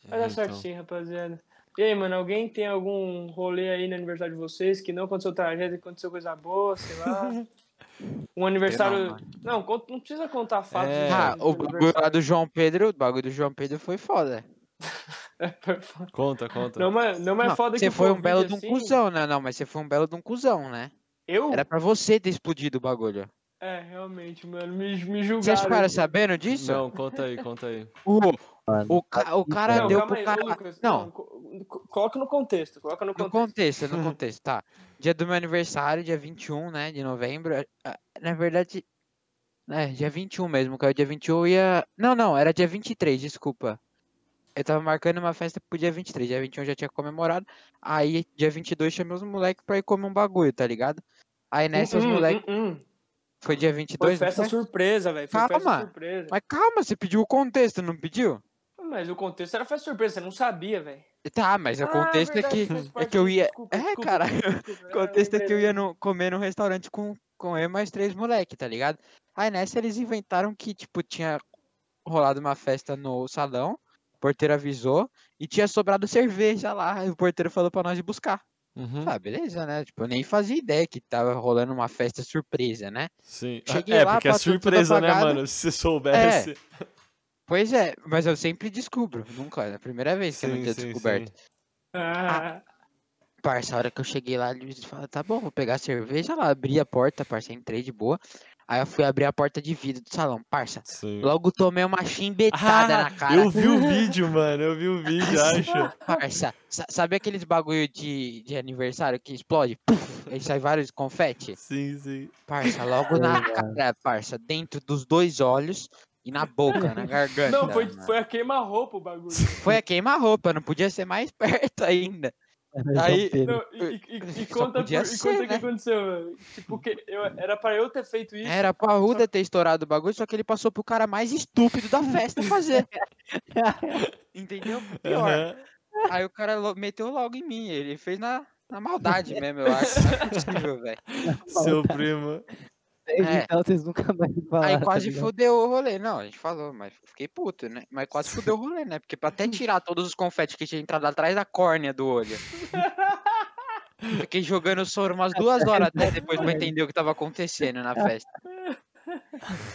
[SPEAKER 2] Vai
[SPEAKER 4] É,
[SPEAKER 2] dar
[SPEAKER 4] Então.
[SPEAKER 2] certo sim, rapaziada. E aí, mano, alguém tem algum rolê aí no aniversário de vocês que não aconteceu tragédia, que aconteceu coisa boa, sei lá? Um aniversário.
[SPEAKER 3] Não,
[SPEAKER 2] Não, conta- não precisa contar fatos.
[SPEAKER 4] É.
[SPEAKER 2] de
[SPEAKER 3] Ah, o bagulho lá
[SPEAKER 2] aniversário.
[SPEAKER 3] do João Pedro, o bagulho do João Pedro foi foda.
[SPEAKER 4] Conta, conta.
[SPEAKER 2] Não, mas, não, mas
[SPEAKER 3] Não,
[SPEAKER 2] é foda
[SPEAKER 3] você
[SPEAKER 2] que o
[SPEAKER 3] foi um
[SPEAKER 2] Covid,
[SPEAKER 3] belo de um
[SPEAKER 2] assim,
[SPEAKER 3] cuzão, né? Não, mas você foi um belo de um cuzão, né?
[SPEAKER 2] Eu?
[SPEAKER 3] Era pra você ter explodido o bagulho.
[SPEAKER 2] É, realmente, mano. Me, me
[SPEAKER 3] Vocês
[SPEAKER 2] julgaram.
[SPEAKER 3] ficaram assim, sabendo disso?
[SPEAKER 4] Não, conta aí, conta aí.
[SPEAKER 3] O,
[SPEAKER 1] Mano,
[SPEAKER 3] o, ca- o cara
[SPEAKER 2] Não,
[SPEAKER 3] deu
[SPEAKER 2] calma
[SPEAKER 3] pro
[SPEAKER 2] aí,
[SPEAKER 3] cara.
[SPEAKER 2] ô, Lucas.
[SPEAKER 3] Não.
[SPEAKER 2] co- co- Coloca no contexto. Coloca no
[SPEAKER 3] No
[SPEAKER 2] contexto.
[SPEAKER 3] contexto, no contexto, tá. Dia do meu aniversário, dia 21, né, de novembro. a- a- Na verdade, é, dia 21 mesmo, que é o dia 21 eu ia... Não, não, era dia 23, desculpa. Eu tava marcando uma festa pro dia 23, dia 21 eu já tinha comemorado. Aí, dia 22, chamei os moleques pra ir comer um bagulho, tá ligado? Aí nessa, os
[SPEAKER 2] Hum, hum,
[SPEAKER 3] moleques...
[SPEAKER 2] hum, hum.
[SPEAKER 3] Foi dia
[SPEAKER 2] Foi
[SPEAKER 3] 22, não
[SPEAKER 2] festa
[SPEAKER 3] foi?
[SPEAKER 2] surpresa, velho. Foi
[SPEAKER 3] Calma.
[SPEAKER 2] festa surpresa.
[SPEAKER 3] Mas calma, você pediu o contexto, não pediu?
[SPEAKER 2] Mas o contexto era festa surpresa, você não sabia, velho.
[SPEAKER 3] Tá, mas o
[SPEAKER 2] Ah,
[SPEAKER 3] contexto
[SPEAKER 2] verdade,
[SPEAKER 3] é
[SPEAKER 2] fez
[SPEAKER 3] que, é
[SPEAKER 2] parte
[SPEAKER 3] que eu
[SPEAKER 2] disso.
[SPEAKER 3] ia...
[SPEAKER 2] Desculpa,
[SPEAKER 3] é,
[SPEAKER 2] desculpa,
[SPEAKER 3] caralho.
[SPEAKER 2] desculpa.
[SPEAKER 3] O contexto é que eu
[SPEAKER 2] lembrei.
[SPEAKER 3] ia no- comer num restaurante com, com eu e mais três moleques, tá ligado? Aí nessa eles inventaram que, tipo, tinha rolado uma festa no salão, o porteiro avisou, e tinha sobrado cerveja lá, e o porteiro falou pra nós ir buscar.
[SPEAKER 4] Uhum,
[SPEAKER 3] Ah, beleza, né? Tipo, eu nem fazia ideia que tava rolando uma festa surpresa, né?
[SPEAKER 4] Sim.
[SPEAKER 3] Cheguei
[SPEAKER 4] é,
[SPEAKER 3] lá,
[SPEAKER 4] porque é
[SPEAKER 3] passou tudo
[SPEAKER 4] surpresa, né,
[SPEAKER 3] apagado. É.
[SPEAKER 4] mano? Se você soubesse.
[SPEAKER 3] Pois é, mas eu sempre descubro, nunca, é a primeira vez que eu não tinha descoberto.
[SPEAKER 2] Ah,
[SPEAKER 3] Parça, a hora que eu cheguei lá, eles falaram, tá bom, vou pegar a cerveja lá, abri a porta, parça, entrei de boa. Aí eu fui abrir a porta de vidro do salão, parça.
[SPEAKER 4] Sim.
[SPEAKER 3] Logo tomei uma chimbetada
[SPEAKER 4] Ah,
[SPEAKER 3] na cara.
[SPEAKER 4] eu vi o vídeo, mano. Eu vi o vídeo, acho.
[SPEAKER 3] Parça, sa- sabe aqueles bagulho de, de aniversário que explode? Puf, aí sai vários confete?
[SPEAKER 4] Sim, sim.
[SPEAKER 3] Parça, logo na
[SPEAKER 1] Sim,
[SPEAKER 3] cara, parça, dentro dos dois olhos e na boca, na garganta.
[SPEAKER 2] não, foi,
[SPEAKER 3] mano.
[SPEAKER 2] foi a queima-roupa o bagulho.
[SPEAKER 3] Foi a queima-roupa, não podia ser mais perto ainda.
[SPEAKER 1] João
[SPEAKER 3] aí-
[SPEAKER 1] Pedro.
[SPEAKER 2] Não, e, e- e- e
[SPEAKER 3] Só
[SPEAKER 2] conta, por,
[SPEAKER 3] podia
[SPEAKER 2] e
[SPEAKER 3] ser,
[SPEAKER 2] conta o que
[SPEAKER 3] né?
[SPEAKER 2] aconteceu, velho. Tipo, que eu, era pra eu ter feito isso.
[SPEAKER 3] Era pra Ruda ter estourado o bagulho, só que ele passou pro cara mais estúpido da festa fazer. Entendeu? Pior.
[SPEAKER 4] Aham.
[SPEAKER 3] Aí o cara lo- meteu logo em mim. Ele fez na, na maldade mesmo, eu acho. Não é possível, velho.
[SPEAKER 4] Seu primo.
[SPEAKER 3] é.
[SPEAKER 1] Então vocês nunca mais falaram.
[SPEAKER 3] Aí quase
[SPEAKER 1] tá ligado?
[SPEAKER 3] fudeu o rolê. Não, a gente falou, mas fiquei puto, né? Mas quase fudeu o rolê, né? Porque pra até tirar todos os confetes que tinha entrado atrás da córnea do olho. Fiquei jogando soro umas duas horas até depois pra entender o que tava acontecendo na festa.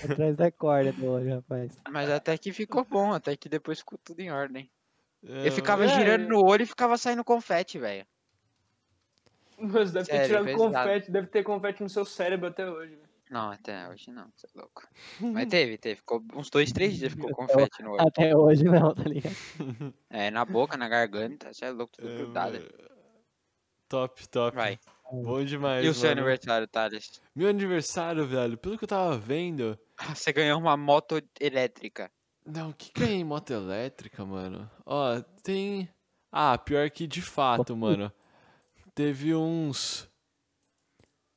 [SPEAKER 1] Atrás da corda do olho, rapaz.
[SPEAKER 3] Mas até que ficou bom, até que depois ficou tudo em ordem.
[SPEAKER 4] É,
[SPEAKER 3] Eu ficava
[SPEAKER 2] É,
[SPEAKER 3] girando
[SPEAKER 2] é.
[SPEAKER 3] no olho e ficava saindo confete, velho.
[SPEAKER 2] Mas deve ter
[SPEAKER 3] Sério,
[SPEAKER 2] tirado
[SPEAKER 3] pesado.
[SPEAKER 2] confete, deve ter confete no seu cérebro até hoje. velho.
[SPEAKER 3] Não, até hoje não, você é louco. Mas teve, teve. Ficou uns dois, três dias ficou confete no olho.
[SPEAKER 1] Até hoje não, tá ligado?
[SPEAKER 3] É, na boca, na garganta, você é louco, tudo
[SPEAKER 4] é,
[SPEAKER 3] grudado.
[SPEAKER 4] mano. Hum, top, top.
[SPEAKER 3] Vai.
[SPEAKER 4] Bom demais,
[SPEAKER 3] E o seu
[SPEAKER 4] mano.
[SPEAKER 3] aniversário, Thales?
[SPEAKER 4] Meu aniversário, velho. Pelo que eu tava vendo...
[SPEAKER 3] Ah, Você ganhou uma moto elétrica.
[SPEAKER 4] Não, o que que é em moto elétrica, mano? Ó, tem Ah, pior que de fato, mano. Teve uns.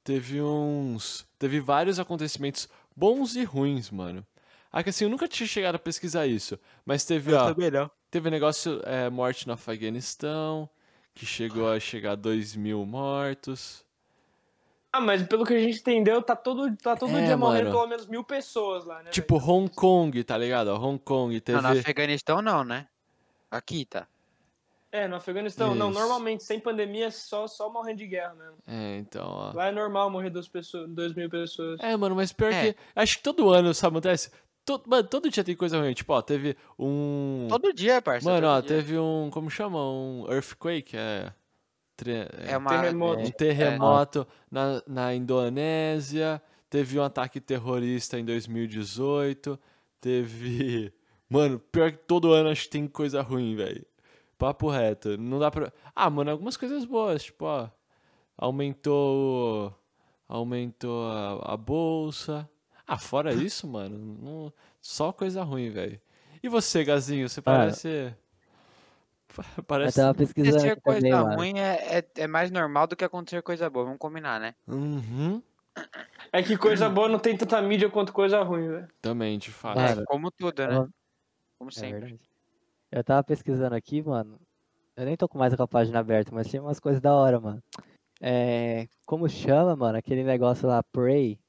[SPEAKER 4] Teve uns. Teve vários acontecimentos bons e ruins, mano. Ah, que assim, eu nunca tinha chegado a pesquisar isso. Mas teve, ó.
[SPEAKER 3] não.
[SPEAKER 4] Teve negócio é, morte no Afeganistão, que chegou a chegar a 2 mil mortos.
[SPEAKER 2] Ah, mas pelo que a gente entendeu, tá todo, tá todo
[SPEAKER 4] É,
[SPEAKER 2] dia morrendo
[SPEAKER 4] mano.
[SPEAKER 2] pelo menos mil pessoas lá, né?
[SPEAKER 4] Tipo, Hong Kong, tá ligado? Ó, Hong Kong teve.
[SPEAKER 3] no Afeganistão não, né? Aqui tá.
[SPEAKER 2] velho? É, no Afeganistão, não,
[SPEAKER 4] Isso.
[SPEAKER 2] normalmente, sem pandemia, é só, só morrendo de guerra mesmo.
[SPEAKER 4] É, então, ó.
[SPEAKER 2] Lá é normal morrer duas, pessoas, duas mil pessoas.
[SPEAKER 4] É, mano, mas pior
[SPEAKER 3] É.
[SPEAKER 4] que. Acho que todo ano, sabe, acontece. Todo, mano, todo dia tem coisa ruim. Tipo, ó, teve um.
[SPEAKER 3] Todo dia, parça.
[SPEAKER 4] mano,
[SPEAKER 3] todo
[SPEAKER 4] ó,
[SPEAKER 3] dia.
[SPEAKER 4] teve um. Como chama? Um earthquake? É. tre-
[SPEAKER 3] É uma...
[SPEAKER 2] terremoto.
[SPEAKER 4] Um
[SPEAKER 3] é,
[SPEAKER 4] terremoto na, na Indonésia, teve um ataque terrorista em 2018, teve. Mano, pior que todo ano acho que tem coisa ruim, velho. Papo reto. Não dá pra. Ah, mano, algumas coisas boas, tipo, ó. Aumentou. o- Aumentou a, a bolsa. Ah, fora isso, mano, não- só coisa ruim, velho. E você, Gazinho, você parece.
[SPEAKER 1] Eu
[SPEAKER 4] Parece.
[SPEAKER 1] tava pesquisando
[SPEAKER 3] Acontecer
[SPEAKER 1] aqui
[SPEAKER 3] coisa
[SPEAKER 1] também, mano.
[SPEAKER 3] ruim é, é, é mais normal do que acontecer coisa boa, vamos combinar, né?
[SPEAKER 4] Uhum.
[SPEAKER 2] É que coisa
[SPEAKER 3] Hum.
[SPEAKER 2] boa não tem tanta mídia quanto coisa ruim, velho.
[SPEAKER 4] Também, de fato.
[SPEAKER 1] Mano,
[SPEAKER 3] É, como tudo, né?
[SPEAKER 1] tava-
[SPEAKER 3] Como
[SPEAKER 1] É
[SPEAKER 3] sempre.
[SPEAKER 1] verdade. Eu tava pesquisando aqui, mano. Eu nem tô com mais com a página aberta, mas tinha umas coisas da hora, mano. É, como chama, mano, aquele negócio lá, Pray?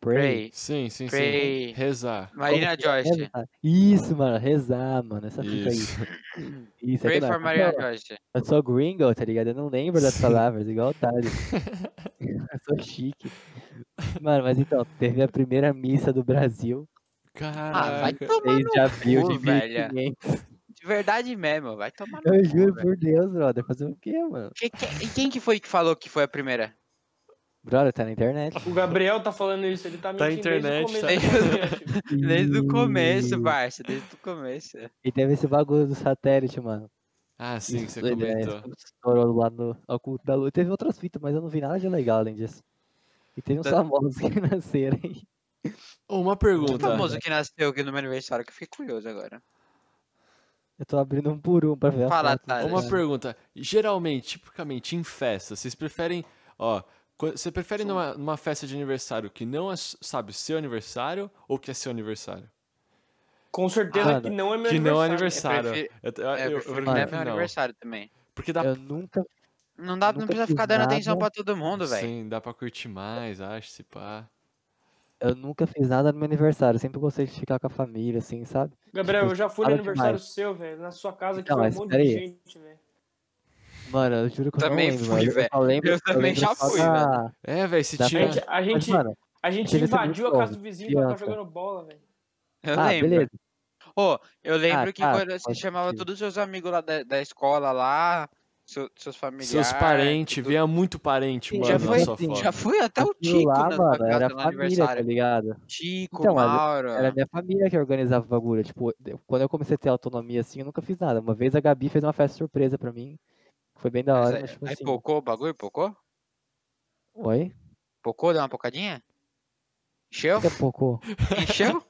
[SPEAKER 1] Pray. é?
[SPEAKER 3] Pray.
[SPEAKER 4] Sim, sim,
[SPEAKER 3] Pray.
[SPEAKER 4] sim. Rezar.
[SPEAKER 3] Marina Joyce.
[SPEAKER 1] Rezar. Isso, mano, rezar, mano. Essa fita Tá aí.
[SPEAKER 4] Isso.
[SPEAKER 1] Isso, é
[SPEAKER 3] Pray
[SPEAKER 1] que
[SPEAKER 3] for
[SPEAKER 1] não.
[SPEAKER 3] Marina
[SPEAKER 1] Eu-
[SPEAKER 3] Joyce.
[SPEAKER 1] Eu sou gringo, tá ligado? Eu não lembro das
[SPEAKER 4] Sim.
[SPEAKER 1] palavras, igual o Thales. eu sou chique. Mano, mas então, teve a primeira missa do Brasil,
[SPEAKER 3] Ah, vai
[SPEAKER 4] Caraca.
[SPEAKER 3] tomar
[SPEAKER 1] 6 de
[SPEAKER 3] no
[SPEAKER 1] abril de
[SPEAKER 3] cu, velho.
[SPEAKER 1] 1500.
[SPEAKER 3] De verdade mesmo, vai tomar no
[SPEAKER 1] Eu
[SPEAKER 3] cu,
[SPEAKER 1] juro
[SPEAKER 3] velho.
[SPEAKER 1] por Deus, brother. Fazer o quê, mano?
[SPEAKER 3] Que- que- e quem que foi que falou que foi a primeira?
[SPEAKER 1] Brother, tá na internet.
[SPEAKER 2] O Gabriel tá falando isso, ele tá
[SPEAKER 4] Tá
[SPEAKER 2] mentindo
[SPEAKER 4] internet,
[SPEAKER 2] desde o
[SPEAKER 4] tá-
[SPEAKER 2] começo da internet.
[SPEAKER 3] Desde o começo,
[SPEAKER 1] E-
[SPEAKER 3] Barça, desde o começo.
[SPEAKER 1] E teve esse bagulho do satélite, mano.
[SPEAKER 4] Ah, sim, você
[SPEAKER 1] Isso, ele, é,
[SPEAKER 4] comentou.
[SPEAKER 1] Estourou lá no Oculto da Lua. Teve outras fitas, mas eu não vi nada de legal além disso. E teve uns
[SPEAKER 4] Tá-
[SPEAKER 1] famosos que nasceram aí.
[SPEAKER 4] Ô, Uma
[SPEAKER 3] Que
[SPEAKER 1] Tá.
[SPEAKER 4] pergunta.
[SPEAKER 3] Tá famoso que nasceu aqui no meu aniversário, que eu fiquei curioso agora.
[SPEAKER 1] Eu tô abrindo um por um pra ver a
[SPEAKER 3] Fala,
[SPEAKER 1] foto.
[SPEAKER 3] Thales.
[SPEAKER 4] Uma
[SPEAKER 3] Cara.
[SPEAKER 4] pergunta. Geralmente, tipicamente, em festa, vocês preferem. Ó, qu- você prefere numa, numa festa de aniversário que não é, s- sabe, seu aniversário ou que é seu aniversário?
[SPEAKER 2] Com certeza
[SPEAKER 1] Mano,
[SPEAKER 2] que não é meu
[SPEAKER 4] Que não é
[SPEAKER 2] aniversário.
[SPEAKER 4] aniversário.
[SPEAKER 3] Eu prefiro-
[SPEAKER 4] Eu, eu,
[SPEAKER 1] Ah,
[SPEAKER 3] É, eu
[SPEAKER 4] eu- eu
[SPEAKER 3] prefiro
[SPEAKER 4] prefiro
[SPEAKER 3] que não é
[SPEAKER 4] que
[SPEAKER 3] meu
[SPEAKER 4] não,
[SPEAKER 3] aniversário também.
[SPEAKER 4] Porque dá
[SPEAKER 1] Eu nunca.
[SPEAKER 3] Não, dá, não
[SPEAKER 1] Nunca
[SPEAKER 3] precisa
[SPEAKER 1] fiz
[SPEAKER 3] ficar dando atenção
[SPEAKER 1] nada.
[SPEAKER 3] pra todo mundo, velho.
[SPEAKER 4] Sim, dá pra curtir mais, acho, se pá.
[SPEAKER 1] Eu nunca fiz nada no meu aniversário. Eu sempre gostei de ficar com a família, assim, sabe?
[SPEAKER 2] Gabriel, eu já fui no
[SPEAKER 1] Fala
[SPEAKER 2] aniversário
[SPEAKER 1] demais.
[SPEAKER 2] seu, velho. Na sua casa que
[SPEAKER 1] Então,
[SPEAKER 2] foi um
[SPEAKER 1] mas
[SPEAKER 2] monte de
[SPEAKER 1] peraí.
[SPEAKER 2] gente, velho.
[SPEAKER 1] Mano, eu juro que eu
[SPEAKER 3] Também
[SPEAKER 1] não lembro.
[SPEAKER 3] fui,
[SPEAKER 1] mas eu
[SPEAKER 3] velho.
[SPEAKER 1] só lembro-
[SPEAKER 3] Eu também
[SPEAKER 1] lembro
[SPEAKER 3] já
[SPEAKER 1] só
[SPEAKER 3] fui,
[SPEAKER 1] da-
[SPEAKER 4] É, velho, se
[SPEAKER 1] Dá
[SPEAKER 2] A
[SPEAKER 1] pra-
[SPEAKER 4] tinha.
[SPEAKER 2] gente, a
[SPEAKER 1] Mas,
[SPEAKER 2] gente,
[SPEAKER 1] mano,
[SPEAKER 2] a gente
[SPEAKER 1] deve ser
[SPEAKER 2] invadiu
[SPEAKER 1] muito
[SPEAKER 2] a casa
[SPEAKER 1] novo,
[SPEAKER 2] do vizinho pra ficar
[SPEAKER 1] criança.
[SPEAKER 2] jogando bola, velho.
[SPEAKER 3] Eu
[SPEAKER 1] ah,
[SPEAKER 3] lembro.
[SPEAKER 1] beleza.
[SPEAKER 3] Ô, eu lembro que
[SPEAKER 1] tá,
[SPEAKER 3] quando você
[SPEAKER 1] faz
[SPEAKER 3] chamava
[SPEAKER 1] sentido.
[SPEAKER 3] todos os seus amigos lá da, da escola lá, seu- seus familiares.
[SPEAKER 4] Seus parentes,
[SPEAKER 3] tudo.
[SPEAKER 4] vinha muito parente,
[SPEAKER 1] Sim,
[SPEAKER 4] mano,
[SPEAKER 3] já
[SPEAKER 4] na
[SPEAKER 3] foi
[SPEAKER 4] sua
[SPEAKER 1] assim,
[SPEAKER 4] foto.
[SPEAKER 3] Já fui até o
[SPEAKER 1] Aquilo
[SPEAKER 3] Tico
[SPEAKER 1] lá,
[SPEAKER 3] na sua
[SPEAKER 1] mano,
[SPEAKER 3] casa
[SPEAKER 1] era
[SPEAKER 3] no
[SPEAKER 1] família, tá
[SPEAKER 3] aniversário.
[SPEAKER 1] ligado?
[SPEAKER 3] Tico,
[SPEAKER 1] Então, mas eu-
[SPEAKER 3] Mauro.
[SPEAKER 1] Era minha família que organizava o bagulho. Tipo, eu- quando eu comecei a ter autonomia, assim, eu nunca fiz nada. Uma vez a Gabi fez uma festa surpresa pra mim. que Foi bem da
[SPEAKER 3] Mas
[SPEAKER 1] hora,
[SPEAKER 3] aí-
[SPEAKER 1] mas tipo
[SPEAKER 3] aí
[SPEAKER 1] assim.
[SPEAKER 3] pocou o bagulho? Pocou?
[SPEAKER 1] Oi?
[SPEAKER 3] Pocou? Deu uma pocadinha? Encheu?
[SPEAKER 1] Daqui a pouco.
[SPEAKER 3] Encheu?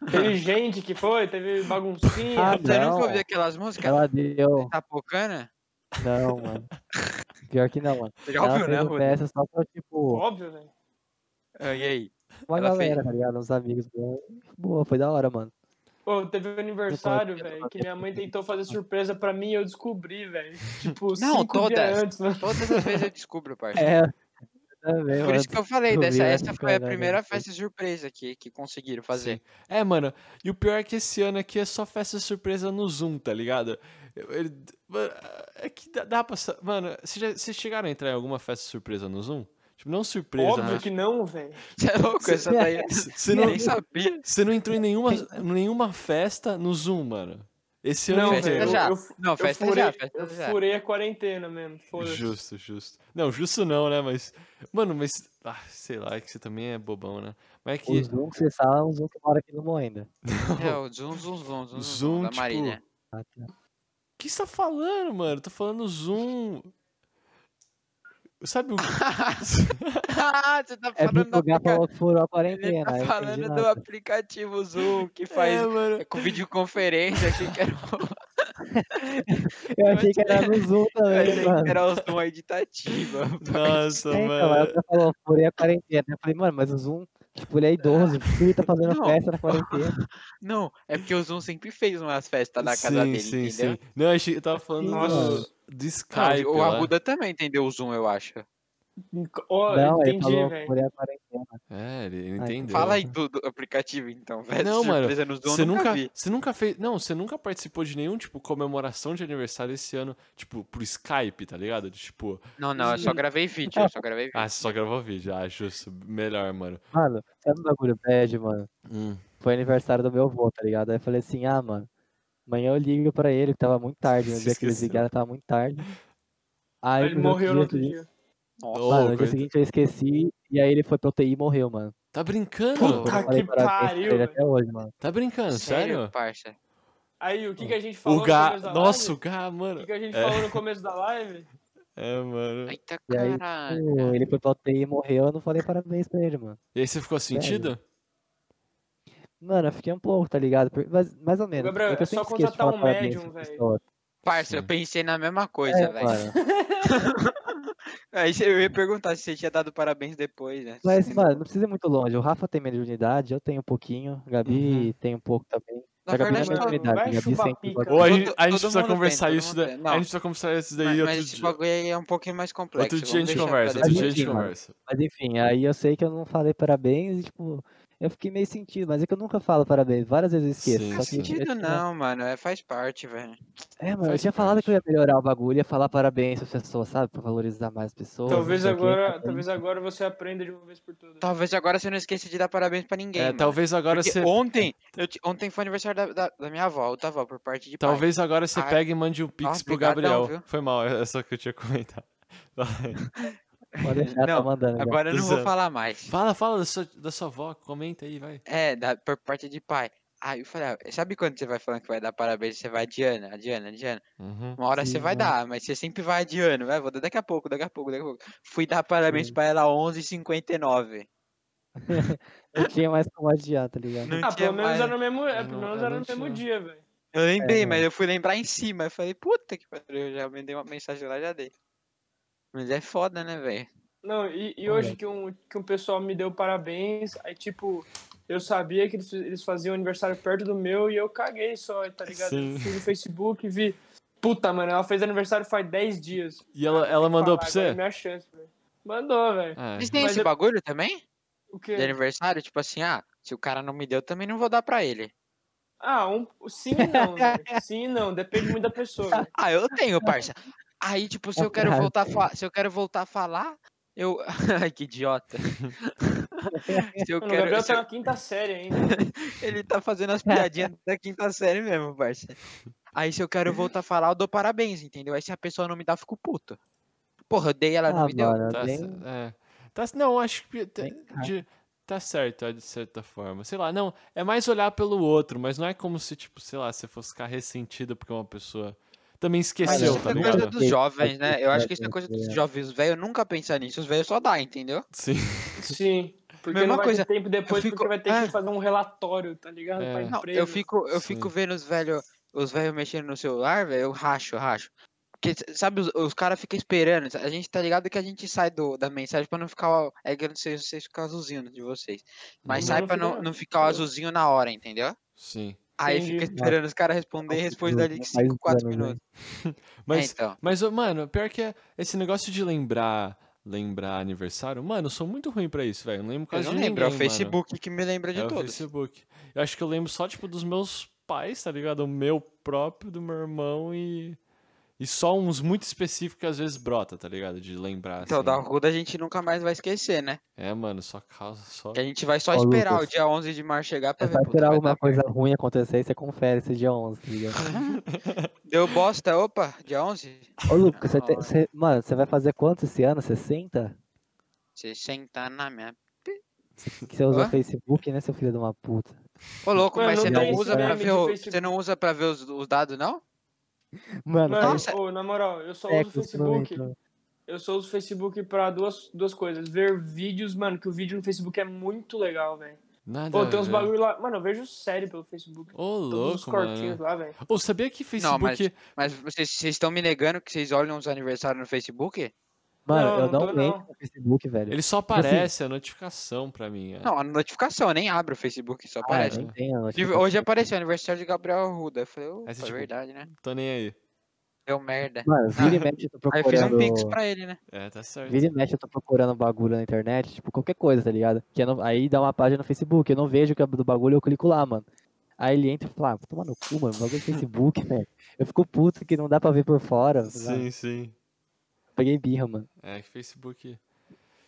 [SPEAKER 2] Teve gente que foi, teve baguncinha.
[SPEAKER 1] Ah,
[SPEAKER 3] Você
[SPEAKER 1] não.
[SPEAKER 3] nunca ouviu aquelas músicas?
[SPEAKER 1] Ela deu.
[SPEAKER 3] Tá pocando?
[SPEAKER 1] Não, mano. Pior que não, mano.
[SPEAKER 3] Você já
[SPEAKER 1] Ela
[SPEAKER 3] ouviu,
[SPEAKER 1] fez
[SPEAKER 3] né,
[SPEAKER 1] uma
[SPEAKER 3] Ruda?
[SPEAKER 1] festa só pra, tipo,
[SPEAKER 2] Óbvio, velho.
[SPEAKER 3] Ah, E aí?
[SPEAKER 1] uma
[SPEAKER 3] ela fez.
[SPEAKER 1] galera, tá ligado? Uns amigos. meus. Boa, foi da hora, mano.
[SPEAKER 2] Pô, teve um aniversário,
[SPEAKER 1] Não pode-
[SPEAKER 2] velho, que minha mãe tentou fazer surpresa pra mim e eu descobri, velho. Tipo,
[SPEAKER 3] Não,
[SPEAKER 2] cinco dias
[SPEAKER 3] todas.
[SPEAKER 2] antes, né? mano.
[SPEAKER 3] Todas as vezes eu descubro, parça.
[SPEAKER 1] É. eu Também,
[SPEAKER 3] Por
[SPEAKER 1] mano.
[SPEAKER 3] isso que tá eu falei,
[SPEAKER 1] É, descobri,
[SPEAKER 3] dessa,
[SPEAKER 1] eu
[SPEAKER 3] essa
[SPEAKER 1] acho que
[SPEAKER 3] foi a
[SPEAKER 1] vai dar
[SPEAKER 3] primeira
[SPEAKER 1] merda.
[SPEAKER 3] festa surpresa que, que conseguiram fazer.
[SPEAKER 4] Sim. É, mano, e o pior é que esse ano aqui é só festa surpresa no Zoom, tá ligado? Eu- ele- mano, é que dá, dá pra. sa- Mano, vocês já- vocês chegaram a entrar em alguma festa surpresa no Zoom? Tipo, não surpresa,
[SPEAKER 2] Óbvio
[SPEAKER 1] né?
[SPEAKER 4] mas.
[SPEAKER 2] que não, velho.
[SPEAKER 3] Você é louco?
[SPEAKER 4] Cê-
[SPEAKER 3] essa daí eu
[SPEAKER 4] Você não,
[SPEAKER 3] nem sabia.
[SPEAKER 4] você não entrou em nenhuma, nenhuma festa no Zoom, mano. Esse ano
[SPEAKER 2] Não,
[SPEAKER 3] festa
[SPEAKER 2] velho.
[SPEAKER 4] inteiro.
[SPEAKER 3] já.
[SPEAKER 2] Eu, eu,
[SPEAKER 3] Não,
[SPEAKER 2] eu,
[SPEAKER 3] festa
[SPEAKER 2] furei,
[SPEAKER 3] já, festa
[SPEAKER 2] eu
[SPEAKER 3] já.
[SPEAKER 2] furei a quarentena mesmo. Foda-se.
[SPEAKER 4] Justo, justo. Não, justo não, né? Mas. Mano, mas. Ah, sei lá, é que você também é bobão, né? Mas é
[SPEAKER 1] O
[SPEAKER 4] que.
[SPEAKER 1] Zoom que você sabe é um Zoom que mora aqui no Moenda.
[SPEAKER 3] É, o zoom, zoom, zoom, zoom, zoom
[SPEAKER 4] Zoom,
[SPEAKER 3] da
[SPEAKER 4] tipo,
[SPEAKER 3] Marília.
[SPEAKER 1] Ah, tá.
[SPEAKER 4] O que você tá falando, mano? Tô falando Zoom. Sabe o.
[SPEAKER 3] Ah, você tá
[SPEAKER 1] É
[SPEAKER 3] falando do
[SPEAKER 1] bipogar
[SPEAKER 3] aplicativo.
[SPEAKER 1] falou que furou a
[SPEAKER 3] Ele
[SPEAKER 1] quarentena.
[SPEAKER 3] tá
[SPEAKER 1] aí eu não entendi
[SPEAKER 3] falando
[SPEAKER 1] nada.
[SPEAKER 3] do aplicativo Zoom que faz
[SPEAKER 4] É, mano.
[SPEAKER 3] com videoconferência, achei que era. um
[SPEAKER 1] Eu achei que era no Zoom
[SPEAKER 3] Mas
[SPEAKER 1] também,
[SPEAKER 3] aí
[SPEAKER 1] É, mano.
[SPEAKER 3] Era uma editativa.
[SPEAKER 4] Nossa,
[SPEAKER 1] É, então, aí o
[SPEAKER 4] mano.
[SPEAKER 1] cara falou, furei a quarentena. Eu falei, mano, mas o Zoom, tipo, ele é idoso,
[SPEAKER 2] Ah.
[SPEAKER 1] o filho tá fazendo
[SPEAKER 3] Não.
[SPEAKER 1] festa na quarentena.
[SPEAKER 3] Não, é porque o Zoom sempre fez umas festas Tá na casa dele, entendeu?
[SPEAKER 4] Não, eu achei- eu tava falando
[SPEAKER 2] Nossa.
[SPEAKER 4] do, do
[SPEAKER 3] Não,
[SPEAKER 4] Skype.
[SPEAKER 3] o
[SPEAKER 4] lá.
[SPEAKER 3] Arruda também entendeu o Zoom, eu acho.
[SPEAKER 2] Ó,
[SPEAKER 1] Não, ele
[SPEAKER 2] entendi,
[SPEAKER 1] falou,
[SPEAKER 2] velho.
[SPEAKER 1] furei a quarentena.
[SPEAKER 4] É, ele ele
[SPEAKER 1] então
[SPEAKER 4] entendeu.
[SPEAKER 3] Fala aí do, do aplicativo, então, velho.
[SPEAKER 4] Não, mano,
[SPEAKER 3] surpresa no Zoom,
[SPEAKER 4] Você
[SPEAKER 3] eu nunca,
[SPEAKER 4] nunca,
[SPEAKER 3] vi.
[SPEAKER 4] você nunca fez, não, você nunca participou de nenhum tipo comemoração de aniversário esse ano, tipo pro Skype, tá ligado? De, tipo,
[SPEAKER 3] Não, não, eu só gravei vídeo, eu só gravei vídeo.
[SPEAKER 4] ah, você só gravou vídeo, ah, justo, melhor, mano.
[SPEAKER 1] Mano, sabe um bagulho bad, mano?
[SPEAKER 3] Hum.
[SPEAKER 1] Foi aniversário do meu avô, tá ligado? Aí eu falei assim, ah, mano, amanhã eu ligo pra ele, que tava muito tarde. No
[SPEAKER 4] Se
[SPEAKER 1] dia que eles
[SPEAKER 4] esqueceu.
[SPEAKER 1] ligaram, tava muito tarde. Aí
[SPEAKER 2] Ele
[SPEAKER 1] no
[SPEAKER 2] morreu no outro dia.
[SPEAKER 3] Nossa,
[SPEAKER 4] Ô,
[SPEAKER 1] Mano, no dia
[SPEAKER 4] coisa-
[SPEAKER 1] seguinte eu esqueci, e aí ele foi pra UTI e morreu, mano.
[SPEAKER 4] Tá brincando?
[SPEAKER 3] Puta.
[SPEAKER 1] Eu
[SPEAKER 2] Tá
[SPEAKER 1] falei
[SPEAKER 2] que
[SPEAKER 1] parabéns pra
[SPEAKER 2] pariu,
[SPEAKER 1] ele
[SPEAKER 2] velho.
[SPEAKER 1] até hoje, mano.
[SPEAKER 4] Tá brincando, sério?
[SPEAKER 3] parça.
[SPEAKER 2] Aí, o que, que a gente falou
[SPEAKER 4] O Gá,
[SPEAKER 2] no começo da
[SPEAKER 4] nossa, o
[SPEAKER 2] live?
[SPEAKER 4] Gá,
[SPEAKER 2] O
[SPEAKER 4] mano.
[SPEAKER 2] que, que a gente
[SPEAKER 4] É.
[SPEAKER 2] falou no começo da live?
[SPEAKER 4] É, mano.
[SPEAKER 3] Eita,
[SPEAKER 1] E aí,
[SPEAKER 3] caralho.
[SPEAKER 1] Pô, Ele foi pra UTI e morreu, eu não falei parabéns pra ele, mano.
[SPEAKER 4] E aí você ficou sentido?
[SPEAKER 1] Mano, eu fiquei um pouco, tá ligado? Por- Mas, mais ou menos.
[SPEAKER 2] Gabriel,
[SPEAKER 1] porque
[SPEAKER 2] é
[SPEAKER 1] eu sempre
[SPEAKER 2] só
[SPEAKER 1] esqueço de
[SPEAKER 2] contratar
[SPEAKER 1] falar
[SPEAKER 2] um
[SPEAKER 1] parabéns
[SPEAKER 2] médium,
[SPEAKER 1] pras
[SPEAKER 2] velho.
[SPEAKER 1] pessoas.
[SPEAKER 3] Parça, eu pensei na mesma coisa,
[SPEAKER 1] É,
[SPEAKER 3] velho.
[SPEAKER 1] mano.
[SPEAKER 3] Aí cê- eu ia perguntar se você tinha dado parabéns depois, né?
[SPEAKER 1] Mas,
[SPEAKER 3] Você-
[SPEAKER 1] mano, não precisa ir muito longe. O Rafa tem mediunidade, eu tenho um pouquinho, a Gabi tem um pouco também.
[SPEAKER 3] Uhum. Na
[SPEAKER 1] a Gabi não é
[SPEAKER 3] verdade,
[SPEAKER 2] mano,
[SPEAKER 3] todo
[SPEAKER 1] mediunidade,
[SPEAKER 2] vai
[SPEAKER 1] a Gabi
[SPEAKER 2] chupar
[SPEAKER 1] sempre
[SPEAKER 2] pica.
[SPEAKER 1] gosta-
[SPEAKER 4] Ou a
[SPEAKER 3] Todo-
[SPEAKER 4] gente, a gente
[SPEAKER 3] todo
[SPEAKER 4] precisa
[SPEAKER 3] mundo tem,
[SPEAKER 4] conversar
[SPEAKER 3] todo
[SPEAKER 4] isso
[SPEAKER 3] mundo
[SPEAKER 4] daí.
[SPEAKER 3] tem.
[SPEAKER 4] A
[SPEAKER 3] Não.
[SPEAKER 4] gente precisa conversar isso daí
[SPEAKER 3] mas, mas
[SPEAKER 4] outro
[SPEAKER 3] esse
[SPEAKER 4] dia.
[SPEAKER 3] bagulho aí é um pouquinho mais complexo.
[SPEAKER 4] Outro dia a
[SPEAKER 3] vamos
[SPEAKER 4] gente
[SPEAKER 3] deixar pra
[SPEAKER 4] conversa, outro
[SPEAKER 1] Mas
[SPEAKER 4] dia a gente
[SPEAKER 1] enfim, mano.
[SPEAKER 4] conversa.
[SPEAKER 1] Mas enfim, aí eu sei que eu não falei parabéns e, tipo, eu fiquei meio sentido, mas é que eu nunca falo parabéns, várias vezes eu esqueço.
[SPEAKER 4] Sim,
[SPEAKER 1] só
[SPEAKER 3] Faz
[SPEAKER 1] que eu tinha-
[SPEAKER 3] sentido
[SPEAKER 1] eu tinha-
[SPEAKER 4] né?
[SPEAKER 3] não, mano. É, faz parte, velho.
[SPEAKER 1] É, mano, eu
[SPEAKER 4] Faz
[SPEAKER 1] tinha falado que eu ia
[SPEAKER 4] parte.
[SPEAKER 1] melhorar o bagulho, ia falar parabéns às pessoas, sabe? Pra valorizar mais as pessoas. não
[SPEAKER 2] Talvez
[SPEAKER 1] sei o é quê,
[SPEAKER 2] agora,
[SPEAKER 1] parabéns.
[SPEAKER 2] talvez agora você aprenda de uma vez por todas.
[SPEAKER 3] Talvez agora você não esqueça de dar parabéns pra ninguém.
[SPEAKER 4] É,
[SPEAKER 3] mano.
[SPEAKER 4] talvez agora
[SPEAKER 3] Porque
[SPEAKER 4] você,
[SPEAKER 3] ontem, eu ti- ontem foi aniversário da, da- da minha avó, outra avó, por parte de pai.
[SPEAKER 4] talvez agora você
[SPEAKER 3] Ah,
[SPEAKER 4] pegue e mande um pix
[SPEAKER 3] nossa,
[SPEAKER 4] pro
[SPEAKER 3] brigadão,
[SPEAKER 4] Gabriel.
[SPEAKER 3] viu?
[SPEAKER 4] Foi mal, é só que eu tinha comentado.
[SPEAKER 1] Pode deixar, tá
[SPEAKER 3] Não,
[SPEAKER 1] mandando. já.
[SPEAKER 3] Agora eu não vou
[SPEAKER 4] Exato.
[SPEAKER 3] falar mais.
[SPEAKER 4] Fala, fala da sua, da sua avó, comenta aí, vai.
[SPEAKER 3] É, da- por parte de pai. Aí eu falei, ah, sabe quando você vai falando que vai dar parabéns, você vai adiando, adiando, adiando.
[SPEAKER 4] Uhum.
[SPEAKER 3] Uma hora você
[SPEAKER 1] Sim,
[SPEAKER 3] vai
[SPEAKER 1] mano.
[SPEAKER 3] dar, mas você sempre vai adiando, vai, vou dar daqui a pouco, daqui a pouco, daqui a pouco. Fui dar parabéns pra ela 11h59.
[SPEAKER 1] Não tinha mais como adiar, tá ligado?
[SPEAKER 3] Não
[SPEAKER 2] Ah,
[SPEAKER 3] tinha
[SPEAKER 2] pelo menos
[SPEAKER 3] mais.
[SPEAKER 2] era no mesmo, é,
[SPEAKER 4] Não,
[SPEAKER 2] pelo menos
[SPEAKER 4] eu
[SPEAKER 2] era
[SPEAKER 4] não
[SPEAKER 2] no mesmo
[SPEAKER 4] tinha.
[SPEAKER 2] dia, velho.
[SPEAKER 3] Eu lembrei, mas
[SPEAKER 1] mano.
[SPEAKER 3] eu fui lembrar em cima. Eu falei, puta que pariu, eu já mandei uma mensagem lá, já dei. Mas é foda, né, velho?
[SPEAKER 2] Não, e, e
[SPEAKER 1] Olha.
[SPEAKER 2] hoje que um, que um pessoal me deu parabéns, aí tipo, eu sabia que eles, eles faziam aniversário perto do meu e eu caguei só, tá ligado?
[SPEAKER 4] Sim.
[SPEAKER 2] Fui no Facebook e vi. Puta, mano, ela fez aniversário faz 10 dias.
[SPEAKER 4] E ela, ela mandou pra
[SPEAKER 2] Falar agora é
[SPEAKER 4] você?
[SPEAKER 2] minha chance, velho. Mandou, velho.
[SPEAKER 4] Ah,
[SPEAKER 3] Vocês têm
[SPEAKER 2] Mas É.
[SPEAKER 3] esse
[SPEAKER 2] eu-
[SPEAKER 3] bagulho também?
[SPEAKER 2] O
[SPEAKER 3] De
[SPEAKER 2] quê?
[SPEAKER 3] aniversário? Tipo assim, ah, se o cara não me deu, também não vou dar pra ele.
[SPEAKER 2] Ah, um. Sim e não, velho. Sim e não. Depende muito da pessoa, velho.
[SPEAKER 3] Ah, eu tenho, parça. Aí, tipo, se eu quero
[SPEAKER 1] Caralho,
[SPEAKER 3] voltar a fa- se eu quero voltar a falar, eu. Ai, que idiota. se eu
[SPEAKER 2] Mano, o Gabriel
[SPEAKER 3] quero. se
[SPEAKER 2] tá
[SPEAKER 3] eu-
[SPEAKER 2] na quinta série ainda.
[SPEAKER 3] Ele tá fazendo as piadinhas da quinta série mesmo, parça. Aí se eu quero voltar a falar, eu dou parabéns, entendeu? Aí se a pessoa não me dá, eu fico puto. Porra, eu dei, ela não
[SPEAKER 1] Ah,
[SPEAKER 3] me deu.
[SPEAKER 1] mano,
[SPEAKER 4] tá,
[SPEAKER 1] tem-
[SPEAKER 4] ce- é. Tá ce- não, acho que tá,
[SPEAKER 1] Bem caro.
[SPEAKER 4] de- tá certo, é, de certa forma. Sei lá, não, é mais olhar pelo outro, mas não é como se, tipo, sei lá, você fosse ficar ressentido porque uma pessoa também
[SPEAKER 3] Mas
[SPEAKER 4] esqueceu,
[SPEAKER 3] isso
[SPEAKER 1] Seu,
[SPEAKER 4] tá
[SPEAKER 3] é coisa
[SPEAKER 4] ligado?
[SPEAKER 1] do-
[SPEAKER 3] dos jovens, né? Eu acho que isso é
[SPEAKER 1] Exatamente,
[SPEAKER 3] coisa dos
[SPEAKER 1] é.
[SPEAKER 3] jovens. Os velhos nunca pensam nisso, os velhos só dá, entendeu?
[SPEAKER 4] Sim,
[SPEAKER 2] Sim. Porque
[SPEAKER 3] Mesma
[SPEAKER 2] não vai
[SPEAKER 3] coisa,
[SPEAKER 2] ter tempo depois,
[SPEAKER 3] fico-
[SPEAKER 2] porque vai ter
[SPEAKER 3] é.
[SPEAKER 2] que fazer um relatório, tá ligado?
[SPEAKER 4] É.
[SPEAKER 2] Pra
[SPEAKER 4] Não,
[SPEAKER 3] Não,
[SPEAKER 2] empresa.
[SPEAKER 3] eu fico, eu fico
[SPEAKER 4] Sim.
[SPEAKER 3] vendo os velhos os velho mexendo no celular, velho, eu racho, eu racho. Porque, s- sabe, os, os caras ficam esperando. A gente tá ligado que a gente sai do, da mensagem pra não ficar. o- É que eu não sei se vocês ficam azulzinho de vocês. Mas
[SPEAKER 2] Não,
[SPEAKER 3] sai
[SPEAKER 2] não
[SPEAKER 3] pra
[SPEAKER 2] fica
[SPEAKER 3] não,
[SPEAKER 2] não,
[SPEAKER 3] não ficar o
[SPEAKER 2] fica.
[SPEAKER 3] azulzinho na hora, entendeu?
[SPEAKER 4] sim.
[SPEAKER 3] Aí
[SPEAKER 2] Entendi.
[SPEAKER 3] fica esperando os caras responder e responde
[SPEAKER 1] minutos,
[SPEAKER 3] dali
[SPEAKER 1] né? Faz
[SPEAKER 3] 5, 4
[SPEAKER 1] anos, né?
[SPEAKER 3] minutos. É,
[SPEAKER 4] Mas,
[SPEAKER 3] então.
[SPEAKER 4] mas, ô, mano, pior que é esse negócio de lembrar lembrar aniversário, mano, eu sou muito ruim pra isso, velho. Eu não lembro
[SPEAKER 3] Eu
[SPEAKER 4] quase
[SPEAKER 3] não
[SPEAKER 4] de
[SPEAKER 3] lembro, é o
[SPEAKER 4] ninguém, mano.
[SPEAKER 3] Facebook que me lembra de
[SPEAKER 4] É o
[SPEAKER 3] todos.
[SPEAKER 4] Facebook. Eu acho que eu lembro só, tipo, dos meus pais, tá ligado? O meu próprio, do meu irmão e. E só uns muito específicos que às vezes brota, tá ligado? De lembrar.
[SPEAKER 3] Então,
[SPEAKER 4] assim.
[SPEAKER 3] da Ruda a gente nunca mais vai esquecer, né?
[SPEAKER 4] É, mano, só causa, só.
[SPEAKER 3] Que a gente vai só
[SPEAKER 1] Ó,
[SPEAKER 3] esperar
[SPEAKER 1] Lucas.
[SPEAKER 3] o dia 11 de março chegar pra
[SPEAKER 1] Você
[SPEAKER 3] ver.
[SPEAKER 1] vai
[SPEAKER 3] Tá puta,
[SPEAKER 1] esperar
[SPEAKER 3] vai
[SPEAKER 1] alguma
[SPEAKER 3] dar
[SPEAKER 1] coisa ruim acontecer e você confere esse dia 11, tá ligado?
[SPEAKER 3] Deu bosta, opa, dia 11?
[SPEAKER 1] Ô, Lucas, você
[SPEAKER 3] Da
[SPEAKER 1] tem-
[SPEAKER 3] hora.
[SPEAKER 1] você- mano, você vai fazer quanto esse ano? 60?
[SPEAKER 3] Você sentar na minha.
[SPEAKER 1] Que você usou
[SPEAKER 3] Hã?
[SPEAKER 1] Facebook, né, seu filho de uma puta?
[SPEAKER 3] Ô, louco,
[SPEAKER 2] Mano,
[SPEAKER 3] mas
[SPEAKER 2] não
[SPEAKER 3] você não
[SPEAKER 2] tem esse
[SPEAKER 3] usa pra
[SPEAKER 2] meme de
[SPEAKER 3] ver o...
[SPEAKER 2] Facebook.
[SPEAKER 3] Você não usa pra ver os, os dados, não?
[SPEAKER 1] Mano,
[SPEAKER 2] Mano,
[SPEAKER 1] faz
[SPEAKER 3] Nossa.
[SPEAKER 2] ô, na moral, eu só uso o
[SPEAKER 1] séculos que eu não
[SPEAKER 2] Facebook.
[SPEAKER 1] entro.
[SPEAKER 2] Eu só uso o Facebook pra duas, duas coisas. Ver vídeos, mano, que o vídeo no Facebook é muito legal, velho.
[SPEAKER 4] Nada.
[SPEAKER 2] Pô,
[SPEAKER 4] a
[SPEAKER 2] tem uns
[SPEAKER 4] ver.
[SPEAKER 2] bagulho lá. Mano, eu vejo série pelo Facebook.
[SPEAKER 4] Ô,
[SPEAKER 2] Todos os
[SPEAKER 4] louco,
[SPEAKER 2] cortinhos
[SPEAKER 4] mano.
[SPEAKER 2] lá, velho.
[SPEAKER 4] Ô, sabia que
[SPEAKER 3] Não, mas-
[SPEAKER 4] Facebook.
[SPEAKER 3] Mas vocês vocês estão me negando que vocês olham os aniversários no
[SPEAKER 4] É.
[SPEAKER 3] Facebook?
[SPEAKER 1] Mano,
[SPEAKER 2] Não,
[SPEAKER 1] eu
[SPEAKER 2] não
[SPEAKER 1] não
[SPEAKER 2] tô,
[SPEAKER 1] entro
[SPEAKER 2] não.
[SPEAKER 1] no Facebook, velho.
[SPEAKER 4] Ele só aparece a notificação pra mim. é.
[SPEAKER 3] Tipo assim Não, a notificação, nem abre o Facebook, só
[SPEAKER 1] Ah,
[SPEAKER 4] né?
[SPEAKER 3] aparece.
[SPEAKER 1] eu não tenho a
[SPEAKER 3] Tive-
[SPEAKER 1] notificação.
[SPEAKER 3] Hoje é apareceu aniversário de Gabriel Arruda. Eu falei, opa,
[SPEAKER 4] assim. Aí
[SPEAKER 3] é
[SPEAKER 4] você, tipo,
[SPEAKER 3] verdade, né?
[SPEAKER 4] Tô nem aí.
[SPEAKER 3] Deu merda.
[SPEAKER 1] Mano, vira e mexe, eu tô
[SPEAKER 3] Aí eu
[SPEAKER 1] procurando.
[SPEAKER 3] fiz um pix pra ele, né?
[SPEAKER 4] É, tá certo.
[SPEAKER 1] Vira e mexe, eu tô procurando bagulho na internet, tipo, qualquer coisa, tá ligado? Que eu não- Aí dá uma página no Facebook, eu não vejo que é do bagulho, eu clico lá, mano. Aí ele entra e fala, ah, toma no cu, mano, bagulho do Facebook, velho. Eu fico puto que não dá pra ver por fora. sei lá.
[SPEAKER 4] Sim, sim.
[SPEAKER 1] Peguei birra, mano.
[SPEAKER 4] É, que Facebook.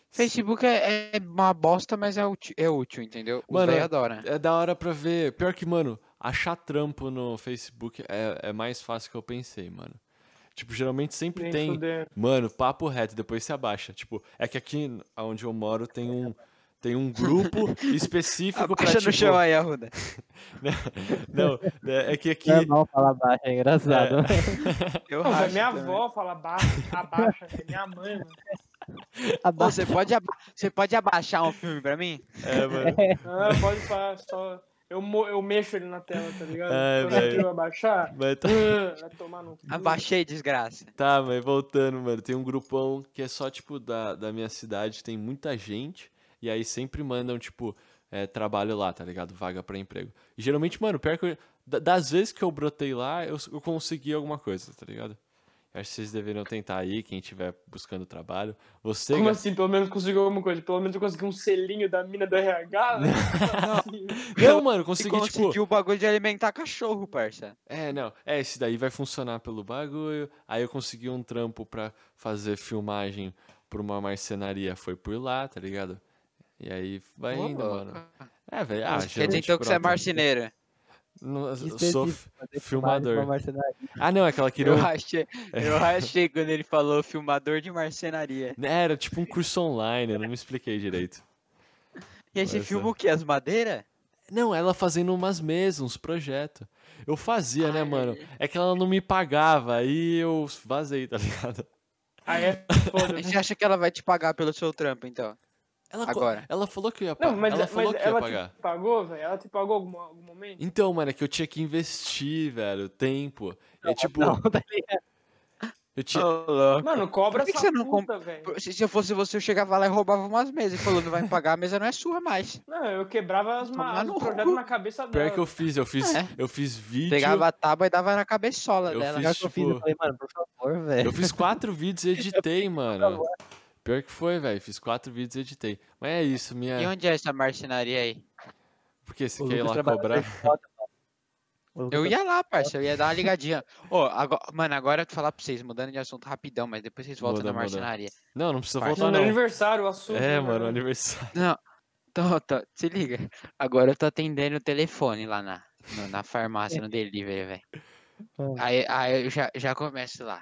[SPEAKER 3] Facebook é, é uma bosta, mas é útil, é útil entendeu? O
[SPEAKER 4] Mano,
[SPEAKER 3] velho adora.
[SPEAKER 4] É da hora pra ver. Pior que, mano, achar trampo no Facebook é, é mais fácil que eu pensei, mano. Tipo, geralmente sempre
[SPEAKER 2] Nem
[SPEAKER 4] tem.
[SPEAKER 2] fuder.
[SPEAKER 4] Mano, papo reto, depois se abaixa. Tipo, é que aqui onde eu moro tem um. Tem um grupo específico pra
[SPEAKER 3] Abaixa no
[SPEAKER 4] tipo...
[SPEAKER 3] chão é. aí, Arruda.
[SPEAKER 4] Não, é é que aqui.
[SPEAKER 1] É Normal falar baixo, é engraçado.
[SPEAKER 3] Eu
[SPEAKER 2] Pô, velho,
[SPEAKER 3] racho
[SPEAKER 2] minha
[SPEAKER 3] também.
[SPEAKER 2] avó fala abaixa, abaixa, velho. minha mãe, mano.
[SPEAKER 3] Ô,
[SPEAKER 1] Abaixa.
[SPEAKER 3] você, pode aba- você pode abaixar um filme pra mim?
[SPEAKER 4] É, mano.
[SPEAKER 2] Ah, pode falar, só. Eu, mo- eu mexo ele na tela, tá ligado?
[SPEAKER 4] Ai,
[SPEAKER 2] Quando
[SPEAKER 4] Ah, velho.
[SPEAKER 2] eu abaixar,
[SPEAKER 4] Mas tá,
[SPEAKER 2] ah, vai tomar no cu.
[SPEAKER 3] Abaixei, desgraça.
[SPEAKER 4] tá, mas voltando, mano. Tem um grupão que é só, tipo, da, da minha cidade, tem muita gente. E aí sempre mandam, tipo, é, trabalho lá, tá ligado? Vaga pra emprego. E geralmente, mano, pior que eu, da- das vezes que eu brotei lá, eu, eu consegui alguma coisa, tá ligado? Eu acho que vocês deveriam tentar aí, quem estiver buscando trabalho. Você,
[SPEAKER 2] Como
[SPEAKER 4] Ga-
[SPEAKER 2] assim? Pelo menos conseguiu alguma coisa. Pelo menos eu consegui um selinho da mina do RH, velho. Como assim?
[SPEAKER 4] Não, mano,
[SPEAKER 3] Você
[SPEAKER 4] consegui,
[SPEAKER 3] conseguiu
[SPEAKER 4] tipo.
[SPEAKER 3] o bagulho de alimentar cachorro, parça.
[SPEAKER 4] É, não. É, esse daí vai funcionar pelo bagulho. Aí eu consegui um trampo pra fazer filmagem pra uma marcenaria. Foi por lá, tá ligado? E aí vai
[SPEAKER 3] Ô,
[SPEAKER 4] indo,
[SPEAKER 3] louco.
[SPEAKER 4] mano. É, velho.
[SPEAKER 3] Quer
[SPEAKER 4] Ah,
[SPEAKER 3] dizer
[SPEAKER 4] geralmente
[SPEAKER 3] então que você é
[SPEAKER 4] brota.
[SPEAKER 3] marceneiro.
[SPEAKER 4] Não, eu
[SPEAKER 1] Que
[SPEAKER 4] sou
[SPEAKER 1] específico, fazer filmagem
[SPEAKER 4] filmador.
[SPEAKER 1] pra marcenaria.
[SPEAKER 4] Ah, não, é que ela queria.
[SPEAKER 3] Eu
[SPEAKER 4] um-
[SPEAKER 3] rachei, eu rachei quando ele falou filmador de marcenaria.
[SPEAKER 4] Era tipo um curso online, eu não me expliquei direito.
[SPEAKER 3] E aí você
[SPEAKER 4] Pois é.
[SPEAKER 3] filma o quê? As madeiras?
[SPEAKER 4] Não, ela fazendo umas mesas, uns projetos. Eu fazia, né, mano? É que ela não me pagava, aí eu vazei, tá ligado?
[SPEAKER 2] Aí é foda. né?
[SPEAKER 3] Você acha que ela vai te pagar pelo seu trampo, então?
[SPEAKER 4] Ela, co-
[SPEAKER 3] Agora.
[SPEAKER 4] ela falou que eu ia
[SPEAKER 2] Não,
[SPEAKER 4] pagar.
[SPEAKER 2] mas é,
[SPEAKER 4] Ela falou
[SPEAKER 2] mas
[SPEAKER 4] que
[SPEAKER 2] ela
[SPEAKER 4] ia pagar.
[SPEAKER 2] te pagou, velho? Ela te pagou algum, algum momento?
[SPEAKER 4] Então, mano, é que eu tinha que investir, velho, tempo. é tipo,
[SPEAKER 1] Não, tá ligado?
[SPEAKER 4] eu tinha.
[SPEAKER 2] Mano, cobra
[SPEAKER 3] Por que que
[SPEAKER 2] essa
[SPEAKER 3] você não
[SPEAKER 2] puta, velho.
[SPEAKER 3] Se, se eu fosse você, eu chegava lá e roubava umas mesas e falou, não vai pagar, a mesa não é sua mais.
[SPEAKER 2] Não, eu quebrava as ma-
[SPEAKER 3] Tomar
[SPEAKER 2] os
[SPEAKER 3] no
[SPEAKER 2] projetos
[SPEAKER 3] cu.
[SPEAKER 2] na cabeça dela.
[SPEAKER 4] Pior que eu fiz, eu fiz,
[SPEAKER 3] É.
[SPEAKER 4] eu fiz vídeo.
[SPEAKER 3] Pegava a tábua e dava na cabeçola
[SPEAKER 4] Eu
[SPEAKER 3] dela.
[SPEAKER 4] fiz-
[SPEAKER 1] Pior que eu fiz, eu
[SPEAKER 4] tipo-
[SPEAKER 1] falei, mano, por favor, velho.
[SPEAKER 4] Eu fiz quatro vídeos e editei, mano.
[SPEAKER 2] é.
[SPEAKER 4] Pior que foi, velho. Fiz quatro vídeos e editei. Mas é isso,
[SPEAKER 3] E
[SPEAKER 4] minha.
[SPEAKER 3] onde é essa marcenaria aí?
[SPEAKER 4] Porque você
[SPEAKER 1] O
[SPEAKER 4] quer ir
[SPEAKER 1] Lucas
[SPEAKER 4] lá
[SPEAKER 1] trabalha
[SPEAKER 4] cobrar.
[SPEAKER 1] na Foda, mano. O Lucas
[SPEAKER 4] tá?
[SPEAKER 3] Eu ia lá, parça, eu ia dar uma ligadinha. Ô, agora, mano, agora eu vou falar pra vocês, mudando de assunto rapidão, mas depois vocês voltam
[SPEAKER 4] Muda,
[SPEAKER 3] na
[SPEAKER 4] muda.
[SPEAKER 3] marcenaria.
[SPEAKER 4] Não, não precisa
[SPEAKER 3] Parça.
[SPEAKER 4] voltar,
[SPEAKER 2] No meu
[SPEAKER 4] não.
[SPEAKER 2] aniversário, o assunto.
[SPEAKER 4] É,
[SPEAKER 2] né,
[SPEAKER 4] mano, aniversário.
[SPEAKER 3] Tô, tô, se liga. Agora eu tô atendendo o telefone lá na, no- na farmácia, no delivery, velho.
[SPEAKER 1] Hum.
[SPEAKER 3] Aí, aí eu já, já começo lá.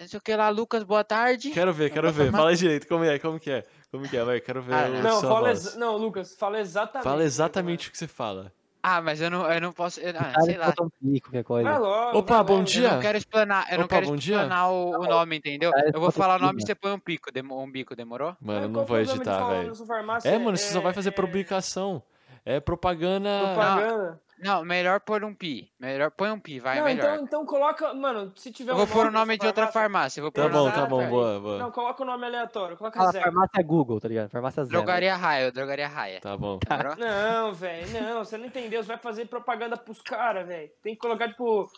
[SPEAKER 3] Não sei o que lá, Lucas, boa tarde.
[SPEAKER 4] Quero ver, quero ver. Fala direito, como é, como que é? Como que é, vai, quero ver.
[SPEAKER 3] Ah,
[SPEAKER 4] o
[SPEAKER 2] Não,
[SPEAKER 4] sua
[SPEAKER 2] fala
[SPEAKER 4] voz.
[SPEAKER 2] exa- não, tá Lucas, fala exatamente.
[SPEAKER 4] Fala exatamente o que você fala.
[SPEAKER 3] Ah, mas eu não, eu não posso. eu- ah,
[SPEAKER 1] Cara,
[SPEAKER 3] sei
[SPEAKER 1] que
[SPEAKER 3] lá.
[SPEAKER 1] falta um pico, qualquer coisa.
[SPEAKER 2] Vai logo,
[SPEAKER 4] Opa,
[SPEAKER 2] vai
[SPEAKER 4] bom
[SPEAKER 2] logo.
[SPEAKER 4] dia.
[SPEAKER 3] Eu não quero explanar, eu não
[SPEAKER 4] Opa,
[SPEAKER 3] quero
[SPEAKER 4] bom dia.
[SPEAKER 3] explanar o, o nome, entendeu?
[SPEAKER 1] Cara,
[SPEAKER 3] Eu vou
[SPEAKER 1] falta
[SPEAKER 3] falar o nome e
[SPEAKER 1] clima.
[SPEAKER 3] você põe um pico, demo- um bico, demorou?
[SPEAKER 4] Mano, eu
[SPEAKER 2] Mas qual
[SPEAKER 4] não vou
[SPEAKER 2] o problema de
[SPEAKER 4] editar,
[SPEAKER 2] falar
[SPEAKER 4] velho.
[SPEAKER 2] nessa farmácia?
[SPEAKER 4] É, mano, você só vai fazer
[SPEAKER 2] é-
[SPEAKER 4] publicação. É propaganda.
[SPEAKER 2] Propaganda.
[SPEAKER 3] Não, melhor pôr um pi. Melhor, põe um pi, vai,
[SPEAKER 2] não,
[SPEAKER 3] melhor.
[SPEAKER 2] então, então coloca, mano, se tiver
[SPEAKER 3] eu vou pôr o
[SPEAKER 2] dessa
[SPEAKER 3] nome de outra farmácia. eu vou pôr
[SPEAKER 4] Tá
[SPEAKER 3] o nome
[SPEAKER 4] bom,
[SPEAKER 3] da
[SPEAKER 4] tá bom,
[SPEAKER 2] Exatamente.
[SPEAKER 4] boa, boa.
[SPEAKER 2] Não, coloca o nome aleatório, coloca
[SPEAKER 1] Fala
[SPEAKER 2] Zé.
[SPEAKER 1] farmácia Google, tá ligado? Farmácia Zé. velho.
[SPEAKER 3] Drogaria Raia, drogaria Raia.
[SPEAKER 4] Tá bom.
[SPEAKER 3] Demorou?
[SPEAKER 2] Não, velho, não, você não entendeu, você vai fazer propaganda pros caras, velho. Tem que colocar, tipo,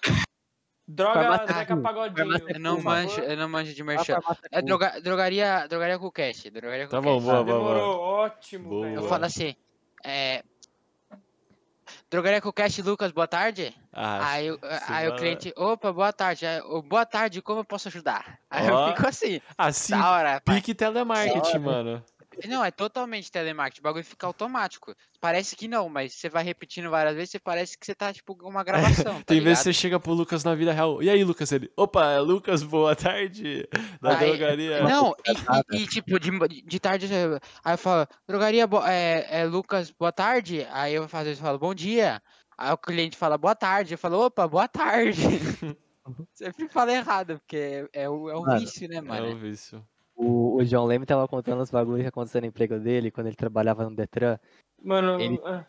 [SPEAKER 2] droga
[SPEAKER 1] Farmácia
[SPEAKER 2] Zeca
[SPEAKER 1] Cu.
[SPEAKER 2] Pagodinho.
[SPEAKER 1] Farmácia
[SPEAKER 3] Eu não
[SPEAKER 1] Por
[SPEAKER 3] manjo, eu não manjo de merchan.
[SPEAKER 1] Fala farmácia
[SPEAKER 3] É
[SPEAKER 1] Google.
[SPEAKER 3] droga- drogaria, drogaria Cucast, drogaria
[SPEAKER 4] Tá
[SPEAKER 3] Cucast.
[SPEAKER 4] bom, boa, boa, boa.
[SPEAKER 2] Demorou, ótimo,
[SPEAKER 4] Boa.
[SPEAKER 2] velho.
[SPEAKER 3] Eu falo assim, é... Drogaria Cucast, Lucas, boa tarde.
[SPEAKER 4] Ah,
[SPEAKER 3] Aí, o-
[SPEAKER 4] você
[SPEAKER 3] aí
[SPEAKER 4] vai-
[SPEAKER 3] o cliente, opa, boa tarde. Aí eu, boa tarde, como eu posso ajudar? Aí
[SPEAKER 4] Ó.
[SPEAKER 3] eu fico assim,
[SPEAKER 4] assim,
[SPEAKER 3] da hora. pai.
[SPEAKER 4] pique telemarketing, mano.
[SPEAKER 3] Não, é totalmente telemarketing, o bagulho fica automático. Parece que não, mas você vai repetindo várias vezes, você parece que você tá, tipo, com uma gravação, tá
[SPEAKER 4] Tem vezes que
[SPEAKER 3] ligado?
[SPEAKER 4] você chega pro Lucas na vida real. E aí, Lucas, ele? Opa, é Lucas, boa tarde. Da
[SPEAKER 3] Aí-
[SPEAKER 4] drogaria.
[SPEAKER 3] Não, e- e, e, tipo, de, de tarde, eu- aí eu falo, drogaria, bo- é, é, Lucas, boa tarde. Aí eu faço isso, eu falo, bom dia. Aí o cliente fala, boa tarde. Eu falo, opa, boa tarde. Sempre falo errado, porque é, é, o- é um
[SPEAKER 1] Mano,
[SPEAKER 3] vício, né,
[SPEAKER 4] É
[SPEAKER 3] mano?
[SPEAKER 4] o vício.
[SPEAKER 1] O, o John Leme tava contando os bagulhos que aconteceu no emprego dele quando ele trabalhava no Detran.
[SPEAKER 2] Mano,
[SPEAKER 1] Ele-
[SPEAKER 2] ah,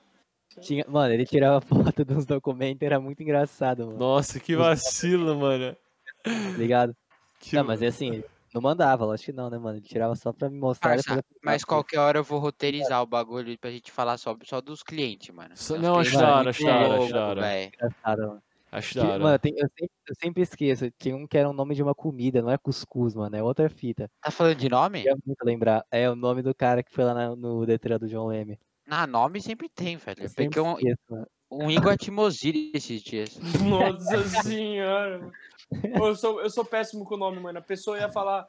[SPEAKER 1] Tinha, mano, ele tirava foto dos documentos, era muito engraçado, mano.
[SPEAKER 4] Nossa, que vacilo, mano.
[SPEAKER 1] tá Ligado?
[SPEAKER 4] Que...
[SPEAKER 1] Não, mas é assim, ele não mandava, lógico que não, né, mano? Ele tirava só pra me mostrar.
[SPEAKER 3] Parça,
[SPEAKER 1] depois eu "Ah, pegava.
[SPEAKER 3] Ah, Mas qualquer hora eu vou roteirizar o bagulho pra gente falar só, só dos clientes, mano.
[SPEAKER 4] Só-
[SPEAKER 3] Os
[SPEAKER 4] não, acho
[SPEAKER 3] clientes
[SPEAKER 1] da
[SPEAKER 3] é
[SPEAKER 1] hora,
[SPEAKER 3] muito
[SPEAKER 1] acho da hora, acho
[SPEAKER 3] louco,
[SPEAKER 4] da hora.
[SPEAKER 3] véi.
[SPEAKER 1] Engraçado, mano.
[SPEAKER 4] Acho
[SPEAKER 1] Que-
[SPEAKER 4] da hora.
[SPEAKER 1] mano, tem- eu, sempre, eu sempre esqueço. Tinha um que era o nome de uma comida, não é cuscuz, mano, é outra fita.
[SPEAKER 3] Tá falando de nome?
[SPEAKER 1] Queria muito lembrar. É o nome do cara que foi lá na- no Detran do John Leme.
[SPEAKER 3] Ah, nome sempre tem, velho.
[SPEAKER 1] Eu
[SPEAKER 3] Eu
[SPEAKER 1] sempre
[SPEAKER 3] peguei um,
[SPEAKER 1] esqueço, mano.
[SPEAKER 3] um Igor Timoziri esses dias.
[SPEAKER 2] nossa senhora. mano. Pô, Eu sou, eu sou péssimo com o nome, mano. A pessoa ia falar.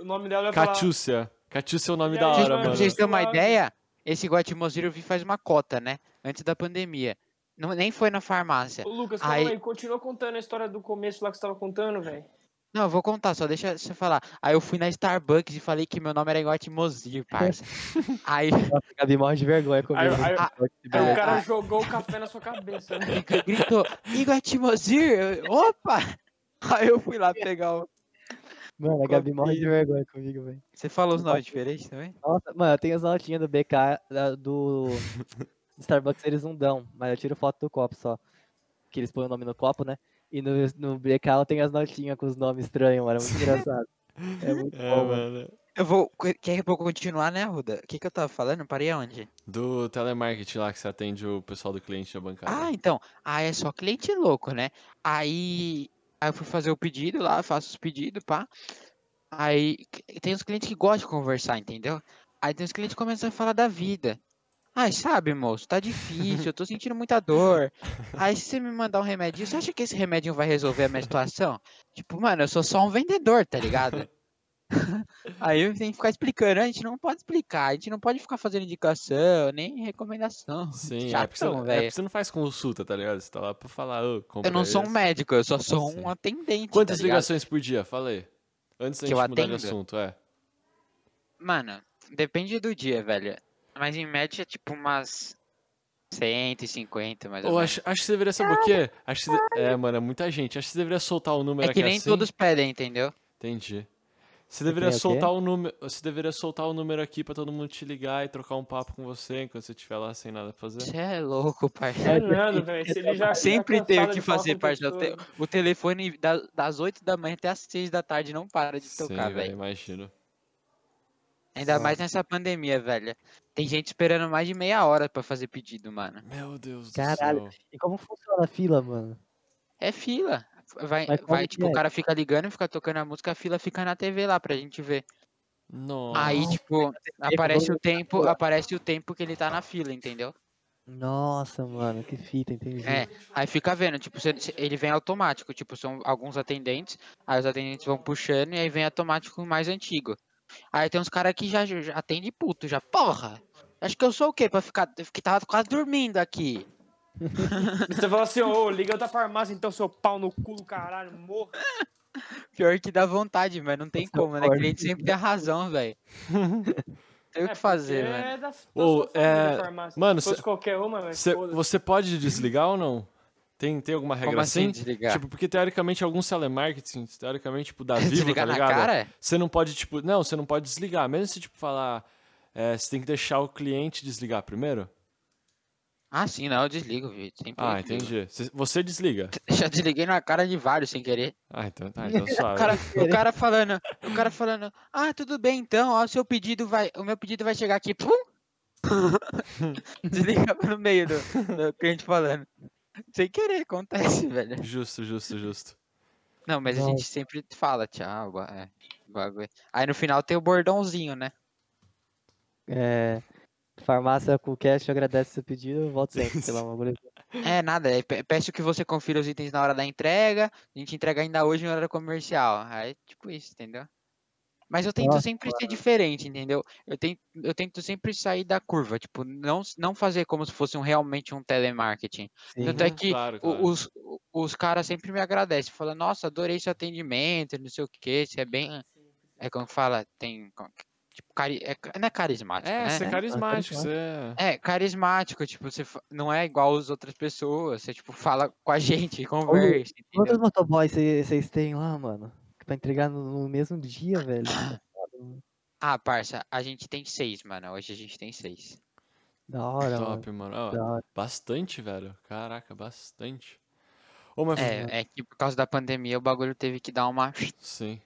[SPEAKER 2] O nome dela ia falar.
[SPEAKER 4] Catiúcia. Catiúcia é o nome
[SPEAKER 2] E
[SPEAKER 4] da
[SPEAKER 2] aí,
[SPEAKER 4] hora,
[SPEAKER 2] mano?
[SPEAKER 4] mano.
[SPEAKER 3] vocês terem uma
[SPEAKER 2] Suave.
[SPEAKER 3] ideia, esse Guatimoziro eu vi faz uma cota, né? Antes da pandemia. Não, nem foi na farmácia.
[SPEAKER 2] Ô, Lucas, calma
[SPEAKER 3] Aí-
[SPEAKER 2] aí, continua contando a história do começo lá que você tava contando, velho.
[SPEAKER 3] Não, eu vou contar, só deixa você falar. Aí eu fui na Starbucks e falei que meu nome era Guatimozir, parça. aí
[SPEAKER 1] A Gabi morre de vergonha comigo.
[SPEAKER 2] aí- Aí
[SPEAKER 3] É,
[SPEAKER 2] o cara
[SPEAKER 3] ah.
[SPEAKER 2] jogou o café na sua cabeça, né?
[SPEAKER 3] ele gri- gritou, Igor Timozir, opa! Aí eu fui lá pegar o...
[SPEAKER 1] Mano, a Gabi morre de vergonha comigo, velho.
[SPEAKER 3] Você falou os nomes diferentes também?
[SPEAKER 1] Nossa, mano, eu tenho as notinhas do BK, da- do do Starbucks eles não dão, mas eu tiro foto do copo só. Que eles põem o nome no copo, né? E no, no BK eu tenho as notinhas com os nomes estranhos, mano. É muito engraçado. É muito
[SPEAKER 4] É,
[SPEAKER 1] bom, mano.
[SPEAKER 4] mano.
[SPEAKER 3] Eu vou... Quer que eu vou continuar, né, Ruda? O que que eu tava falando? Parei aonde?
[SPEAKER 4] Do telemarketing lá que você atende o pessoal do cliente da bancada.
[SPEAKER 3] Ah, então. Ah, é só cliente louco, né? Aí, aí eu fui fazer o pedido lá, faço os pedidos, pá. Aí que- tem uns clientes que gostam de conversar, entendeu? Aí tem uns clientes que começam a falar da vida. Ai, sabe, moço, tá difícil, eu tô sentindo muita dor. Aí se você me mandar um remedinho, você acha que esse remedinho vai resolver a minha situação? Tipo, mano, eu sou só um vendedor, tá ligado? Aí eu tenho que ficar explicando, "Ah, a gente não pode explicar, a gente não pode ficar fazendo indicação, nem recomendação.
[SPEAKER 4] Sim, é porque, você,
[SPEAKER 3] Chatão,
[SPEAKER 4] não- é
[SPEAKER 3] velho.
[SPEAKER 4] porque você não faz consulta, tá ligado? Você tá lá pra falar, ô, compra
[SPEAKER 3] Eu não sou um
[SPEAKER 4] esse.
[SPEAKER 3] médico, eu só sou
[SPEAKER 4] Sim.
[SPEAKER 3] um atendente.
[SPEAKER 4] Quantas
[SPEAKER 3] tá ligado?
[SPEAKER 4] ligações por dia? Falei. Antes da
[SPEAKER 3] Que eu
[SPEAKER 4] gente mudar de
[SPEAKER 3] atendo?
[SPEAKER 4] assunto, é.
[SPEAKER 3] Mano, depende do dia, velho. Mas em média, tipo, umas 150, mais ou
[SPEAKER 4] Ou
[SPEAKER 3] menos.
[SPEAKER 4] acho, acho que você deveria saber o quê? Acho que você de- É, mano, é muita gente. Acho que você deveria soltar o número
[SPEAKER 3] É que
[SPEAKER 4] aqui
[SPEAKER 3] nem
[SPEAKER 4] assim.
[SPEAKER 3] todos pedem, entendeu?
[SPEAKER 4] Entendi. Você deveria
[SPEAKER 1] tem o quê?
[SPEAKER 4] soltar o número. Você deveria soltar o número aqui pra todo mundo te ligar e trocar um papo com você enquanto você estiver lá sem nada pra fazer.
[SPEAKER 3] Você é louco, parça.
[SPEAKER 1] É,
[SPEAKER 2] Fernando, velho. Se ele já tá
[SPEAKER 3] Sempre tem o
[SPEAKER 2] cansado
[SPEAKER 3] que
[SPEAKER 2] de falar
[SPEAKER 3] fazer,
[SPEAKER 2] com
[SPEAKER 3] parça. O,
[SPEAKER 2] pessoa.
[SPEAKER 3] te- o telefone da- das 8 da manhã até as 6 da tarde não para de tocar,
[SPEAKER 4] Sim, velho,
[SPEAKER 3] velho.
[SPEAKER 4] imagino.
[SPEAKER 3] Ainda mais nessa pandemia, velho. Tem gente esperando mais de meia hora pra fazer pedido, mano.
[SPEAKER 4] Meu Deus
[SPEAKER 1] Caralho.
[SPEAKER 4] do céu.
[SPEAKER 1] E como funciona a fila, mano?
[SPEAKER 3] É fila. Vai,
[SPEAKER 1] Mas como
[SPEAKER 3] vai,
[SPEAKER 1] que
[SPEAKER 3] tipo,
[SPEAKER 1] é?
[SPEAKER 3] o cara fica ligando, fica tocando a música, a fila fica na TV lá pra gente ver.
[SPEAKER 4] Nossa.
[SPEAKER 3] Aí, tipo,
[SPEAKER 1] que
[SPEAKER 3] aparece
[SPEAKER 1] bom.
[SPEAKER 3] o tempo, aparece o tempo que ele tá na fila, entendeu?
[SPEAKER 1] Nossa, mano, que fita, entendi.
[SPEAKER 3] É, aí fica vendo, tipo, cê- cê- ele vem automático, tipo, são alguns atendentes, aí os atendentes vão puxando e aí vem automático mais antigo. Aí tem uns caras que já, já atende puto, já, porra! Acho que eu sou o quê? Pra ficar. Que tava quase dormindo aqui.
[SPEAKER 2] Você fala assim, ô, liga da farmácia então, seu pau no culo, caralho, morra.
[SPEAKER 3] Pior que dá vontade, mas não tem
[SPEAKER 1] Nossa, eu
[SPEAKER 3] como, né?
[SPEAKER 1] acordo.
[SPEAKER 3] cliente sempre tem a razão, velho. Tem o que fazer,
[SPEAKER 2] porque
[SPEAKER 3] mano.
[SPEAKER 2] É da, da
[SPEAKER 4] Ô,
[SPEAKER 2] sua família,
[SPEAKER 4] é,
[SPEAKER 2] farmácia.
[SPEAKER 4] mano,
[SPEAKER 2] Se fosse
[SPEAKER 4] cê-
[SPEAKER 2] qualquer uma, velho.
[SPEAKER 4] Cê-
[SPEAKER 2] foda-se.
[SPEAKER 4] você pode desligar ou não? Tem, tem alguma regra
[SPEAKER 3] Como assim
[SPEAKER 4] assim?
[SPEAKER 3] desligar?
[SPEAKER 4] Tipo, porque teoricamente alguns telemarketing, teoricamente, tipo, da Vivo, tá
[SPEAKER 3] desligar na
[SPEAKER 4] ligado?
[SPEAKER 3] cara?
[SPEAKER 4] Você não pode, tipo, não, você não pode desligar. Mesmo se, tipo, falar, é, você tem que deixar o cliente desligar primeiro.
[SPEAKER 3] Ah, sim, não, eu desligo, viu? Sempre
[SPEAKER 4] Ah,
[SPEAKER 3] desligo.
[SPEAKER 4] entendi. Cê- Você desliga.
[SPEAKER 3] Já desliguei na cara de vários sem querer.
[SPEAKER 4] Ah, então, tá, então
[SPEAKER 3] O
[SPEAKER 4] suave.
[SPEAKER 3] cara, o cara falando, o cara falando, ah, tudo bem então, ó, seu pedido vai, o meu pedido vai chegar aqui, pum! Desligava no meio do, do cliente falando. Sem querer, acontece, velho.
[SPEAKER 4] Justo, justo, justo.
[SPEAKER 3] Não, mas a gente sempre fala, tchau, ba- é, bagulho. Aí no final tem o bordãozinho, né?
[SPEAKER 1] É, farmácia com cash, agradece seu pedido, volto sempre, sei lá, um bagulho.
[SPEAKER 3] É nada, é, pe- peço que você confira os itens na hora da entrega, a gente entrega ainda hoje em hora comercial. Aí, tipo isso, entendeu? Mas eu tento
[SPEAKER 1] Nossa,
[SPEAKER 3] sempre ser diferente, entendeu? Eu tento, eu tento sempre sair da curva, tipo, não, s- não fazer como se fosse um, realmente um telemarketing.
[SPEAKER 1] Sim.
[SPEAKER 3] Tanto é que
[SPEAKER 4] claro,
[SPEAKER 3] o-
[SPEAKER 4] claro.
[SPEAKER 3] os, o- os caras sempre me agradecem, falam, nossa, adorei seu atendimento, não sei o quê, você é
[SPEAKER 1] Ah,
[SPEAKER 3] bem... É como que fala, tem... como que- Tipo, cari, é, ca- não é carismático,
[SPEAKER 4] É,
[SPEAKER 3] né?
[SPEAKER 4] você é carismático,
[SPEAKER 1] Ah,
[SPEAKER 4] você é...
[SPEAKER 3] É, carismático, tipo, você fa- não é igual as outras pessoas, você, tipo, fala com a gente, conversa, entendeu?
[SPEAKER 1] Quantos motoboys vocês têm lá, mano? Pra entregar no, no mesmo dia, velho?
[SPEAKER 3] Ah, parça, a gente tem seis, mano. Hoje a gente tem seis.
[SPEAKER 1] Da hora, mano.
[SPEAKER 4] Top, mano. Ó,
[SPEAKER 3] Tá.
[SPEAKER 1] Da hora.
[SPEAKER 4] bastante, velho. Caraca, bastante. Ô, mas...
[SPEAKER 3] É, é que por causa da pandemia o bagulho teve que dar uma.
[SPEAKER 4] Sim.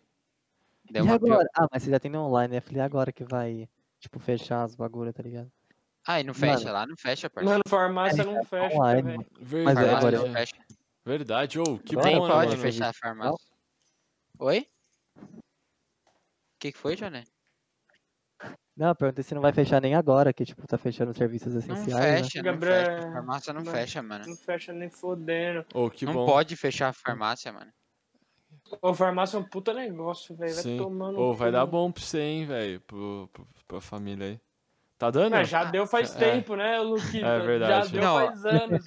[SPEAKER 3] Deu
[SPEAKER 1] e
[SPEAKER 3] uma pior...
[SPEAKER 1] agora? Ah, mas você já tem no online, né? Falei, agora que vai, tipo, fechar as bagulho, tá ligado?
[SPEAKER 3] Ah, e não
[SPEAKER 1] Mano.
[SPEAKER 3] fecha lá, não fecha, parça.
[SPEAKER 2] Mano, farmácia
[SPEAKER 3] é
[SPEAKER 2] não fecha,
[SPEAKER 1] online,
[SPEAKER 2] velho.
[SPEAKER 1] mano. Mas
[SPEAKER 4] Verdade.
[SPEAKER 3] Farmácia
[SPEAKER 1] agora
[SPEAKER 3] não
[SPEAKER 4] né?
[SPEAKER 3] fecha.
[SPEAKER 4] Verdade, ô, que
[SPEAKER 1] Agora
[SPEAKER 4] bom,
[SPEAKER 3] Nem
[SPEAKER 4] né,
[SPEAKER 3] é, pode
[SPEAKER 4] mano?
[SPEAKER 3] fechar a farmácia. Oi? O que, que foi, Joné?
[SPEAKER 1] Não, eu perguntei se não vai fechar nem agora, que, tipo, tá fechando os serviços
[SPEAKER 3] Não
[SPEAKER 1] essenciais, né?
[SPEAKER 3] fecha, não
[SPEAKER 2] Gabriel,
[SPEAKER 3] fecha. A farmácia não
[SPEAKER 2] não-
[SPEAKER 3] fecha, mano.
[SPEAKER 2] Não fecha nem fodendo.
[SPEAKER 4] Ô, que
[SPEAKER 3] não
[SPEAKER 4] bom.
[SPEAKER 3] pode fechar a farmácia, mano.
[SPEAKER 2] Ô, farmácia é um puta negócio, velho. Vai
[SPEAKER 4] Sim.
[SPEAKER 2] tomando.
[SPEAKER 4] Ô, vai dar bom pra você, hein, velho. Pro, pro, pra família aí. Tá dando?
[SPEAKER 2] Ah, já deu faz
[SPEAKER 4] É.
[SPEAKER 2] tempo, né, Luquita?
[SPEAKER 4] É verdade.
[SPEAKER 2] Já deu
[SPEAKER 3] Não, é.
[SPEAKER 2] faz anos.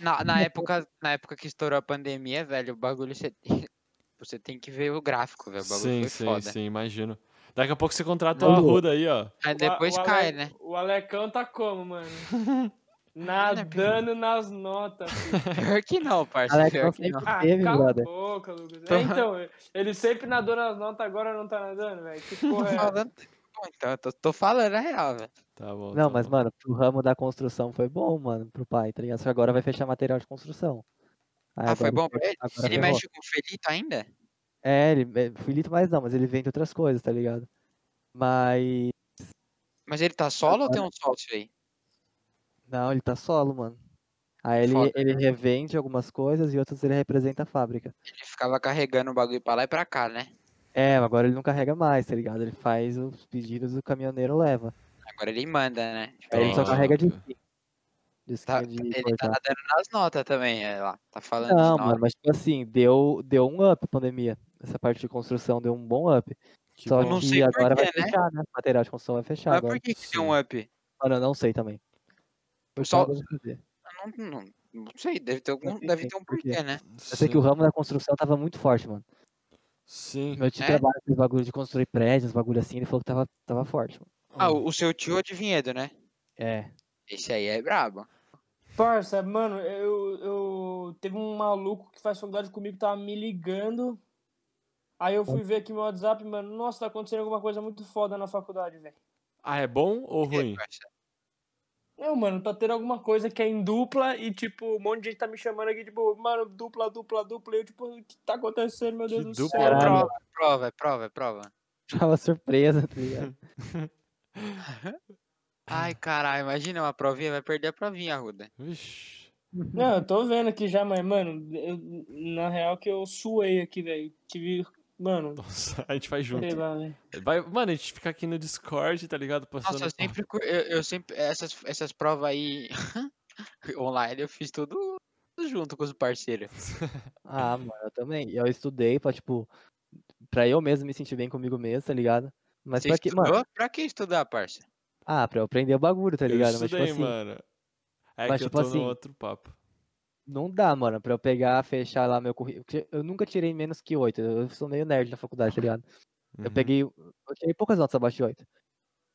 [SPEAKER 3] Na, na época, na época que estourou a pandemia, velho, o bagulho você, você tem que ver o gráfico, velho. É, O bagulho
[SPEAKER 4] sim,
[SPEAKER 3] foi
[SPEAKER 4] sim,
[SPEAKER 3] foda.
[SPEAKER 4] sim, imagino. Daqui a pouco você contrata o
[SPEAKER 1] Ô, Lu.
[SPEAKER 4] Arruda aí, ó.
[SPEAKER 3] Aí
[SPEAKER 2] O A-
[SPEAKER 3] depois
[SPEAKER 2] o Ale-
[SPEAKER 3] cai, né? é
[SPEAKER 2] O Alecão tá como, mano? Nadando nas notas. filho.
[SPEAKER 3] Pior que não, parça.
[SPEAKER 1] Alex,
[SPEAKER 3] Pior
[SPEAKER 1] não
[SPEAKER 3] que não.
[SPEAKER 1] sempre
[SPEAKER 2] Ah,
[SPEAKER 1] teve,
[SPEAKER 2] cala a
[SPEAKER 1] brother.
[SPEAKER 2] boca, Lucas.
[SPEAKER 3] Tô-
[SPEAKER 2] É, Então, ele sempre nadou nas notas, agora não tá nadando, velho. Que porra é essa?
[SPEAKER 3] Falando- Bom, Então, eu tô, tô falando a real, velho.
[SPEAKER 4] Tá bom.
[SPEAKER 1] Não,
[SPEAKER 4] tá
[SPEAKER 1] mas,
[SPEAKER 4] bom.
[SPEAKER 1] mano, pro ramo da construção foi bom, mano, pro pai, tá ligado? Só que agora vai fechar material de construção. Aí
[SPEAKER 3] Ah, foi
[SPEAKER 1] agora-
[SPEAKER 3] bom pra ele?
[SPEAKER 1] agora
[SPEAKER 3] Ele
[SPEAKER 1] ferrou.
[SPEAKER 3] mexe com o Felito ainda?
[SPEAKER 1] É, ele é, Filito mais não, mas ele vende outras coisas, tá ligado? Mas.
[SPEAKER 3] Mas ele tá solo ou tem um sócio aí?
[SPEAKER 1] Não, ele tá solo, mano. Aí ele,
[SPEAKER 3] Foda,
[SPEAKER 1] ele revende algumas coisas e outras ele representa a fábrica.
[SPEAKER 3] Ele ficava carregando o bagulho pra lá e pra cá, né?
[SPEAKER 1] É, agora ele não carrega mais, tá ligado? Ele faz os pedidos o caminhoneiro leva.
[SPEAKER 3] Agora ele manda, né?
[SPEAKER 1] Aí ele só
[SPEAKER 4] Top.
[SPEAKER 1] carrega de de
[SPEAKER 3] Tá-
[SPEAKER 1] esquema de
[SPEAKER 3] ele tá
[SPEAKER 1] cortar.
[SPEAKER 3] nadando nas notas também, é lá. Tá falando
[SPEAKER 1] Não,
[SPEAKER 3] de
[SPEAKER 1] mano,
[SPEAKER 3] nota.
[SPEAKER 1] mas tipo assim, deu, deu um up a pandemia. Essa parte de construção deu um bom up.
[SPEAKER 4] Que
[SPEAKER 1] Só
[SPEAKER 4] bom.
[SPEAKER 3] Tipo, Não
[SPEAKER 1] que
[SPEAKER 3] sei por
[SPEAKER 1] agora vai
[SPEAKER 3] quê, né?
[SPEAKER 1] fechar, né? O material de construção vai fechar
[SPEAKER 3] Mas
[SPEAKER 1] agora.
[SPEAKER 3] por que, que tem um up?
[SPEAKER 1] Mano, eu não sei também. Eu
[SPEAKER 3] Só-
[SPEAKER 1] Eu
[SPEAKER 3] Eu Não, não, não sei, deve ter, algum,
[SPEAKER 1] sei,
[SPEAKER 3] deve
[SPEAKER 1] sei
[SPEAKER 3] ter um
[SPEAKER 1] por quê.
[SPEAKER 3] porquê, né?
[SPEAKER 1] sei que o ramo da construção tava muito forte, mano.
[SPEAKER 4] Sim.
[SPEAKER 1] Meu tio
[SPEAKER 3] É?
[SPEAKER 1] trabalha com os bagulho de construir prédios, bagulho assim, ele falou que tava, tava forte, mano.
[SPEAKER 3] Ah, o, o seu tio é de Vinhedo, né?
[SPEAKER 1] É.
[SPEAKER 3] Esse aí é brabo.
[SPEAKER 2] Parça, mano, eu, eu. Teve um maluco que faz faculdade comigo que tava me ligando. Aí eu
[SPEAKER 1] Ah.
[SPEAKER 2] fui ver aqui meu WhatsApp, mano. Nossa, tá acontecendo alguma coisa muito foda na faculdade, velho.
[SPEAKER 4] Ah, é bom ou
[SPEAKER 3] Por quê,
[SPEAKER 4] ruim?
[SPEAKER 3] parça?
[SPEAKER 2] Não, mano, tá tendo alguma coisa que é em dupla e, tipo, um monte de gente tá me chamando aqui, tipo, mano, dupla, dupla, dupla. E eu, tipo, o que tá acontecendo, meu
[SPEAKER 4] Que
[SPEAKER 2] Deus do
[SPEAKER 4] dupla,
[SPEAKER 2] céu?
[SPEAKER 1] Caralho.
[SPEAKER 2] mano?
[SPEAKER 3] Prova, prova, é prova, é prova.
[SPEAKER 1] Tava surpresa, tá ligado?
[SPEAKER 3] Ai,
[SPEAKER 1] Ah.
[SPEAKER 3] caralho, imagina uma provinha, vai perder a provinha, Arruda.
[SPEAKER 4] Vixe.
[SPEAKER 2] Não, eu tô vendo aqui já, mas, mano, eu- na real que eu suei aqui, velho. Tive. Mano,
[SPEAKER 4] Nossa, a gente faz junto.
[SPEAKER 2] sei lá, velho.
[SPEAKER 4] Vai, mano, a gente fica aqui no Discord, tá ligado? Passando.
[SPEAKER 3] Nossa,
[SPEAKER 1] então.
[SPEAKER 3] eu sempre, cu- eu, eu sempre, essas, essas provas aí online, eu fiz tudo junto com os parceiros.
[SPEAKER 1] Ah, mano, eu também. Eu estudei pra, tipo, pra eu mesmo me sentir bem comigo mesmo, tá ligado? Mas
[SPEAKER 3] Você
[SPEAKER 1] pra que, mano?
[SPEAKER 3] estudou? Pra que estudar, parça?
[SPEAKER 1] Ah, pra eu aprender o bagulho, tá ligado?
[SPEAKER 4] Eu
[SPEAKER 1] Mas, tipo
[SPEAKER 4] estudei,
[SPEAKER 1] assim,
[SPEAKER 4] mano. É
[SPEAKER 1] mas,
[SPEAKER 4] que
[SPEAKER 1] tipo
[SPEAKER 4] eu tô
[SPEAKER 1] assim,
[SPEAKER 4] no outro papo.
[SPEAKER 1] não dá, mano, pra eu pegar, fechar lá meu currículo. porque Eu nunca tirei menos que oito. Eu sou meio nerd na faculdade, tá ligado? Eu
[SPEAKER 4] Uhum.
[SPEAKER 1] peguei. Eu tirei poucas notas abaixo de oito.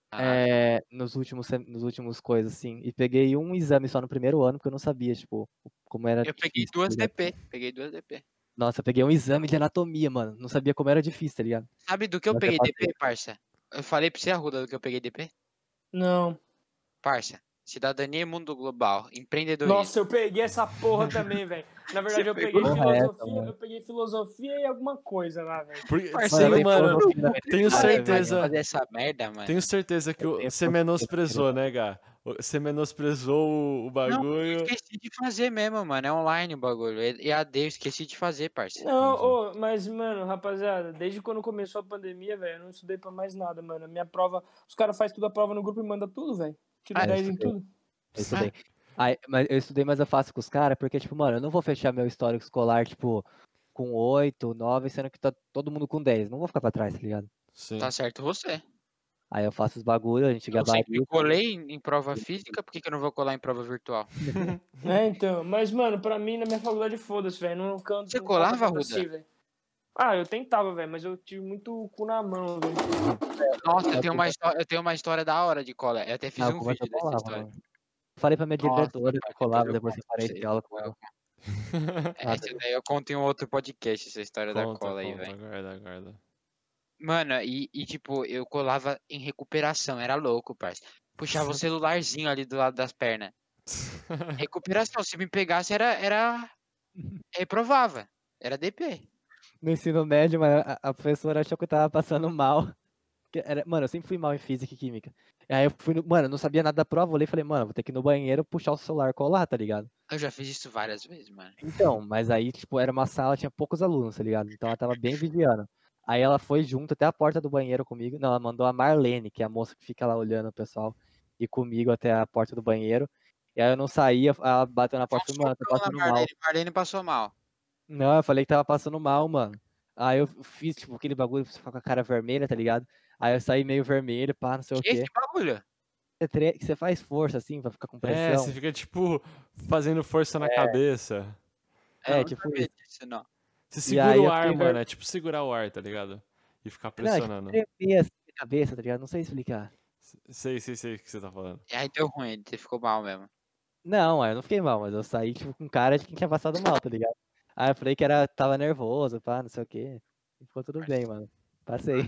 [SPEAKER 3] Ah,
[SPEAKER 1] é, nos últimos sem- nos últimos coisas assim e peguei um exame só no primeiro ano porque eu não sabia tipo o- como era
[SPEAKER 3] eu peguei
[SPEAKER 1] difícil, tá
[SPEAKER 3] duas
[SPEAKER 1] ligado?
[SPEAKER 3] DP, peguei duas DP.
[SPEAKER 1] nossa eu peguei um exame de anatomia mano não sabia como era difícil tá ligado
[SPEAKER 3] Sabe do que eu
[SPEAKER 1] Mas é
[SPEAKER 3] peguei
[SPEAKER 1] fácil.
[SPEAKER 3] DP, parça? Eu falei pra você, Arruda, do que eu peguei DP?
[SPEAKER 2] Não.
[SPEAKER 3] Parça, cidadania e mundo global, empreendedorismo.
[SPEAKER 2] Nossa, eu peguei essa porra também, velho. Na verdade,
[SPEAKER 3] Você
[SPEAKER 2] eu peguei
[SPEAKER 3] pegou?
[SPEAKER 1] Correto,
[SPEAKER 2] filosofia,
[SPEAKER 1] mano.
[SPEAKER 2] eu peguei filosofia e alguma coisa lá, velho.
[SPEAKER 4] Porque-
[SPEAKER 3] Parceiro,
[SPEAKER 4] Uhum. Sim,
[SPEAKER 1] eu um
[SPEAKER 4] mano,
[SPEAKER 1] falei, "Pô, não,
[SPEAKER 4] tenho
[SPEAKER 1] cara, é
[SPEAKER 3] Falei, mano,
[SPEAKER 4] certeza.
[SPEAKER 3] fazer essa merda, mano.
[SPEAKER 4] Tenho certeza que
[SPEAKER 1] Eu
[SPEAKER 4] o-
[SPEAKER 1] tenho
[SPEAKER 4] você
[SPEAKER 1] certeza,
[SPEAKER 4] menosprezou, né, Gá? O- Você menosprezou o- o bagulho.
[SPEAKER 3] Esqueci de fazer mesmo, mano. É online o bagulho. E a eu esqueci de fazer, parça.
[SPEAKER 2] Não,
[SPEAKER 4] Entendi.
[SPEAKER 2] ô, mas, mano, rapaziada, desde quando começou a pandemia, velho, eu não estudei pra mais nada, mano. A minha prova, os caras fazem tudo a prova no grupo e manda tudo, velho. Tira
[SPEAKER 1] Ah, eu
[SPEAKER 2] 10 em
[SPEAKER 1] estudei.
[SPEAKER 2] tudo.
[SPEAKER 1] eu estudei Aí, mas eu estudei mas eu faço com os caras porque tipo mano eu não vou fechar meu histórico escolar tipo com oito nove sendo que tá todo mundo com 10. não vou ficar pra trás tá ligado
[SPEAKER 4] Sim.
[SPEAKER 3] Tá certo você.
[SPEAKER 1] aí eu faço os bagulhos a gente
[SPEAKER 3] Eu sempre
[SPEAKER 1] gabarita
[SPEAKER 3] colei em em prova física, por que, que eu não vou colar em prova virtual?
[SPEAKER 2] É, então. Mas, mano, pra mim, na minha faculdade, foda-se, velho. Não canto.
[SPEAKER 3] Você
[SPEAKER 2] não
[SPEAKER 3] colava,
[SPEAKER 2] canto
[SPEAKER 3] Ruda?
[SPEAKER 2] assim, velho. Ah, eu tentava, velho, mas eu tive muito cu na mão, velho.
[SPEAKER 3] Nossa,
[SPEAKER 1] eu
[SPEAKER 3] eu tenho, uma história, eu tenho uma história da hora de cola. Eu até
[SPEAKER 1] É,
[SPEAKER 3] fiz
[SPEAKER 1] Ah,
[SPEAKER 3] um
[SPEAKER 1] como é que eu
[SPEAKER 3] vídeo dessa
[SPEAKER 1] colava,
[SPEAKER 3] história.
[SPEAKER 1] mano? Falei pra minha
[SPEAKER 3] Nossa,
[SPEAKER 1] diretora que
[SPEAKER 3] cara,
[SPEAKER 1] eu colava,
[SPEAKER 3] eu
[SPEAKER 1] depois eu
[SPEAKER 3] conto pra
[SPEAKER 1] parei
[SPEAKER 3] vocês,
[SPEAKER 1] de aula.
[SPEAKER 3] eu
[SPEAKER 1] com-
[SPEAKER 3] É, Essa daí eu conto em um outro podcast, essa história da
[SPEAKER 4] Conta,
[SPEAKER 3] cola aí,
[SPEAKER 4] conta,
[SPEAKER 3] velho.
[SPEAKER 4] Guarda, guarda.
[SPEAKER 3] Mano, e, e, tipo, eu colava em recuperação, era louco, parça. Puxava o celularzinho ali do lado das pernas. Recuperação, se me pegasse era. era... Reprovava. Era DP.
[SPEAKER 1] No ensino médio, mano, a, a professora achou que eu tava passando mal. Que era- mano, eu sempre fui mal em física e química. Aí eu fui, no, mano, eu não sabia nada da prova, olhei e falei, mano, vou ter que ir no banheiro puxar o celular colar, tá ligado?
[SPEAKER 3] Eu já fiz isso várias vezes, mano.
[SPEAKER 1] Então, mas aí, tipo, era uma sala, tinha poucos alunos, tá ligado? Então ela tava bem vigiando. Aí ela foi junto até a porta do banheiro comigo. Não, ela mandou a Marlene, que é a moça que fica lá olhando o pessoal, e comigo até a porta do banheiro. E aí eu não saía, ela bateu na porta e falou, mano, tô
[SPEAKER 3] Socão na
[SPEAKER 1] passando mal.
[SPEAKER 3] Marlene, Marlene passou mal.
[SPEAKER 1] Não, eu falei que tava passando mal, mano. Aí eu fiz, tipo, aquele bagulho pra você ficar com a cara vermelha, tá ligado? Aí eu saí meio vermelho, pá, não sei Então o
[SPEAKER 3] Que
[SPEAKER 1] quê.
[SPEAKER 3] esse bagulho?
[SPEAKER 1] Você tre- Você faz força, assim, pra ficar com
[SPEAKER 4] É,
[SPEAKER 1] pressão.
[SPEAKER 4] você fica, tipo, fazendo força na cabeça.
[SPEAKER 1] É,
[SPEAKER 3] Eu não
[SPEAKER 1] tipo
[SPEAKER 3] sabia disso, não.
[SPEAKER 4] Você
[SPEAKER 1] E
[SPEAKER 4] segura
[SPEAKER 1] aí
[SPEAKER 4] o
[SPEAKER 1] eu
[SPEAKER 4] ar,
[SPEAKER 1] fiquei ver-
[SPEAKER 4] mano. É tipo segurar o ar, tá ligado? E ficar
[SPEAKER 1] Não, tipo,
[SPEAKER 4] pressionando.
[SPEAKER 1] tremer assim a cabeça, tá ligado? Não sei explicar.
[SPEAKER 4] Sei, sei, sei o que você tá falando.
[SPEAKER 3] E aí deu ruim, ele ficou mal mesmo.
[SPEAKER 1] Não, eu não fiquei mal, mas eu saí, tipo, com cara de quem tinha passado mal, tá ligado? Aí eu falei que era, tava nervoso, pá, não sei o quê. E ficou tudo bem, mano. Passei.